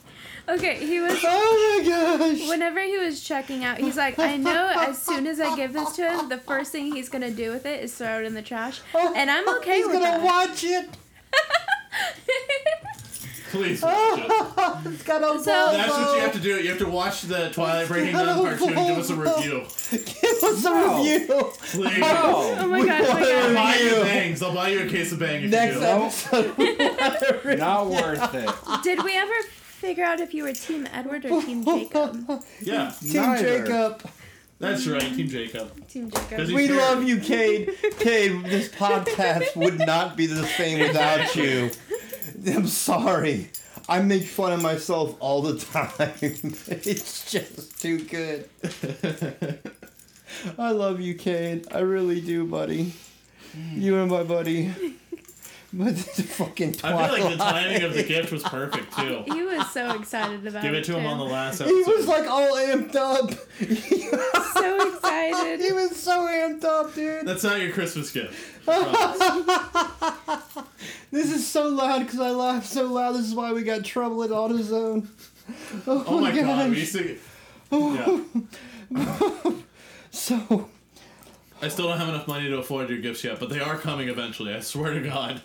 Speaker 4: okay, he was.
Speaker 5: Oh my gosh.
Speaker 4: Whenever he was checking out, he's like, I know as soon as I give this to him, the first thing he's gonna do with it is throw it in the trash, and I'm okay
Speaker 5: He's
Speaker 4: with
Speaker 5: gonna
Speaker 4: that.
Speaker 5: watch it.
Speaker 2: Please watch it.
Speaker 5: It's got a
Speaker 4: So-
Speaker 5: bubble.
Speaker 2: That's what you have to do. You have to watch the Twilight Breaking Dawn Part 2 and give us a review.
Speaker 5: Give us a
Speaker 3: No.
Speaker 5: review.
Speaker 2: Please.
Speaker 4: oh
Speaker 3: No,
Speaker 4: my
Speaker 5: We
Speaker 4: god! Oh my
Speaker 5: want
Speaker 2: I'll
Speaker 5: a
Speaker 4: god!
Speaker 2: buy you
Speaker 5: review.
Speaker 2: bangs. I'll buy you a case of bang if
Speaker 5: Next
Speaker 2: you do.
Speaker 5: episode. we want a review.
Speaker 3: not worth it.
Speaker 4: Did we ever figure out if you were Team Edward or Team Jacob?
Speaker 2: Yeah,
Speaker 5: Team
Speaker 3: Neither.
Speaker 5: Jacob.
Speaker 2: that's right, Team Jacob.
Speaker 4: Team Jacob.
Speaker 2: Does he-
Speaker 5: We
Speaker 2: Sure.
Speaker 5: love you, Cade. Cade, this podcast would not be the same without you. I'm sorry. I make fun of myself all the time. It's just too good. I love you, Cade. I really do, buddy. You are my buddy. With the fucking
Speaker 2: I feel like
Speaker 5: Twilight.
Speaker 2: the timing of the gift was perfect too.
Speaker 9: He was so excited about
Speaker 2: Give
Speaker 9: it.
Speaker 2: it to him on the last
Speaker 5: he
Speaker 2: episode.
Speaker 5: was like all amped up.
Speaker 9: So excited.
Speaker 5: he was so amped up, dude.
Speaker 2: That's not your Christmas gift.
Speaker 5: This is so loud because I laughed so loud. This is why we got trouble at AutoZone. Oh,
Speaker 2: Oh my god,
Speaker 5: gosh.
Speaker 2: we used to.
Speaker 4: Oh.
Speaker 2: Yeah.
Speaker 5: So
Speaker 2: I still don't have enough money to afford your gifts yet, but they are coming eventually. I swear to God,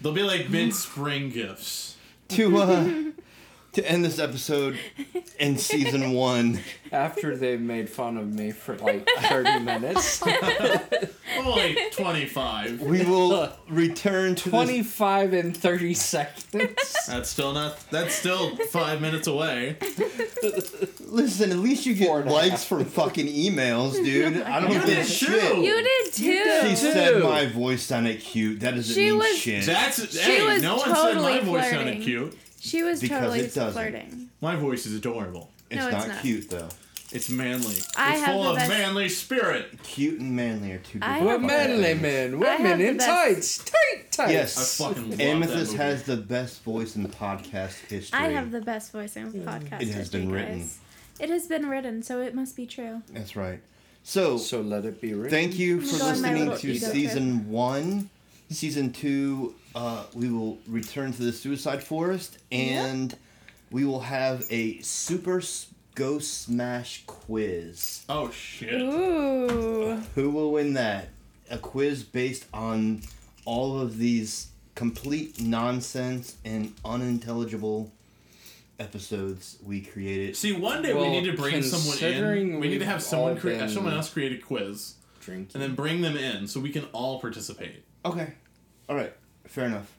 Speaker 2: they'll be like mid-spring gifts.
Speaker 5: to uh, to end this episode in season one.
Speaker 3: After they've made fun of me for like 30 minutes.
Speaker 2: Oh, like twenty-five.
Speaker 5: We will return to this
Speaker 3: 25 and 30 seconds.
Speaker 2: That's still not. That's still five minutes away.
Speaker 5: Listen, at least you get
Speaker 3: Four and a
Speaker 5: likes from fucking emails, dude. I don't
Speaker 2: You
Speaker 5: get
Speaker 2: did
Speaker 5: shit.
Speaker 2: too.
Speaker 4: You did too.
Speaker 5: She
Speaker 3: too.
Speaker 5: said my voice sounded cute. That doesn't
Speaker 4: She
Speaker 5: mean
Speaker 4: was-
Speaker 5: shit.
Speaker 2: That's
Speaker 4: She
Speaker 2: hey.
Speaker 4: was
Speaker 2: no one
Speaker 4: totally
Speaker 2: said my voice
Speaker 4: flirting.
Speaker 2: sounded cute.
Speaker 4: She was
Speaker 5: Because
Speaker 4: totally
Speaker 5: it doesn't.
Speaker 4: flirting.
Speaker 2: My voice is adorable.
Speaker 5: it's,
Speaker 4: no, it's
Speaker 5: not,
Speaker 4: not.
Speaker 5: cute though.
Speaker 2: It's manly.
Speaker 4: I
Speaker 2: it's
Speaker 4: have
Speaker 2: full
Speaker 4: the
Speaker 2: of
Speaker 4: best-
Speaker 2: manly spirit.
Speaker 5: Cute and manly are two
Speaker 4: I
Speaker 5: different
Speaker 3: We're
Speaker 4: have-
Speaker 5: fucking
Speaker 3: manly
Speaker 5: things.
Speaker 3: men,
Speaker 4: I have
Speaker 3: women
Speaker 4: the
Speaker 3: in
Speaker 4: best-
Speaker 3: tights, tight tights.
Speaker 2: I
Speaker 5: Yes.
Speaker 2: fucking love
Speaker 5: Amethyst
Speaker 2: that movie.
Speaker 5: has the best voice in podcast history.
Speaker 4: I have the best voice in podcast.
Speaker 5: It has
Speaker 4: history,
Speaker 5: been written.
Speaker 4: guys. It has been written, so it must be true.
Speaker 5: That's right. So,
Speaker 3: So let it be written.
Speaker 5: thank you
Speaker 4: me
Speaker 5: for
Speaker 4: go on my
Speaker 5: listening
Speaker 4: little
Speaker 5: to
Speaker 4: ego
Speaker 5: season one. Season two, uh, we will return to the suicide forest and we will have a super s- ghost smash quiz.
Speaker 2: Oh shit.
Speaker 4: Ooh.
Speaker 5: Who will win that? A quiz based on all of these complete nonsense and unintelligible episodes we created.
Speaker 2: See, one day
Speaker 3: Well,
Speaker 2: we need to bring someone
Speaker 3: considering
Speaker 2: in. We need to
Speaker 3: we've
Speaker 2: have someone
Speaker 3: all
Speaker 2: create,
Speaker 3: been-
Speaker 2: someone else create a quiz,
Speaker 3: Drink.
Speaker 2: and then bring them in so we can all participate.
Speaker 5: Okay. All right. Fair enough.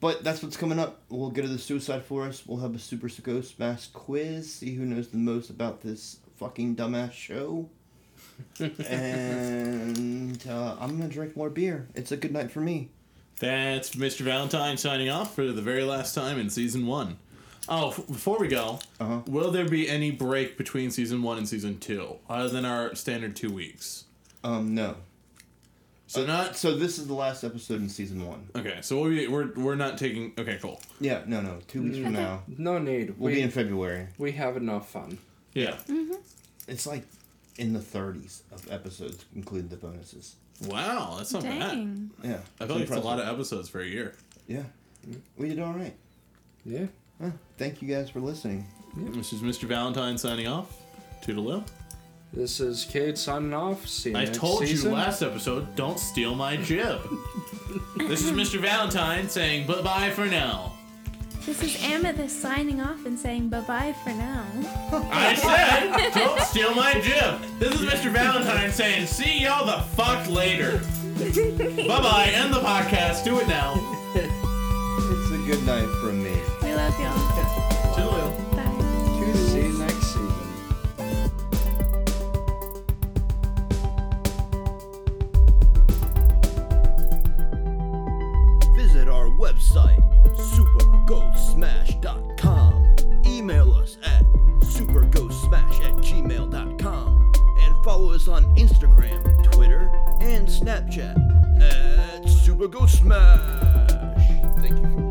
Speaker 5: But that's what's coming up. We'll get to the suicide forest. We'll have a super ghost mask quiz. See who knows the most about this fucking dumbass show. and uh, I'm gonna drink more beer. It's a good night for me.
Speaker 2: That's Mr. Valentine signing off for the very last time in season one. Oh, f- before we go,
Speaker 5: Uh-huh.
Speaker 2: will there be any break between season one and season two, other than our standard two weeks?
Speaker 5: Um, no. Uh,
Speaker 2: So not
Speaker 5: So this is the last episode in season one.
Speaker 2: okay. So we'll be, we're we're not taking. Okay, cool.
Speaker 5: Yeah, no, no. Two weeks from now,
Speaker 3: No need.
Speaker 5: we'll
Speaker 3: we,
Speaker 5: be in February.
Speaker 3: we have enough fun.
Speaker 2: Yeah.
Speaker 5: It's like in the 30s of episodes, including the bonuses.
Speaker 2: Wow, that's not bad.
Speaker 9: Dang.
Speaker 5: Yeah,
Speaker 2: I feel like it's a lot of episodes for a year.
Speaker 5: Yeah, we did all right.
Speaker 3: Yeah.
Speaker 5: Huh. Thank you guys for listening.
Speaker 2: This is Mr. Valentine signing off. Toodaloo.
Speaker 3: This is Cade signing off. See you
Speaker 2: I
Speaker 3: next
Speaker 2: told
Speaker 3: season.
Speaker 2: you last episode, don't steal my jib. this is Mr. Valentine saying bye bye for now.
Speaker 4: This is Amethyst signing off and saying bye bye for now.
Speaker 2: I said, don't steal my jib. This is Mr. Valentine saying, see y'all the fuck later. bye bye, end the podcast. Do it now.
Speaker 5: It's a good night from me.
Speaker 4: We love y'all.
Speaker 2: Toodaloo.
Speaker 4: Bye.
Speaker 3: See you next season.
Speaker 1: Visit our website, superghostsmash.com. Email us at superghostsmash at gmail.com. And follow us on Instagram, Twitter, and Snapchat at superghostsmash. Thank you for listening.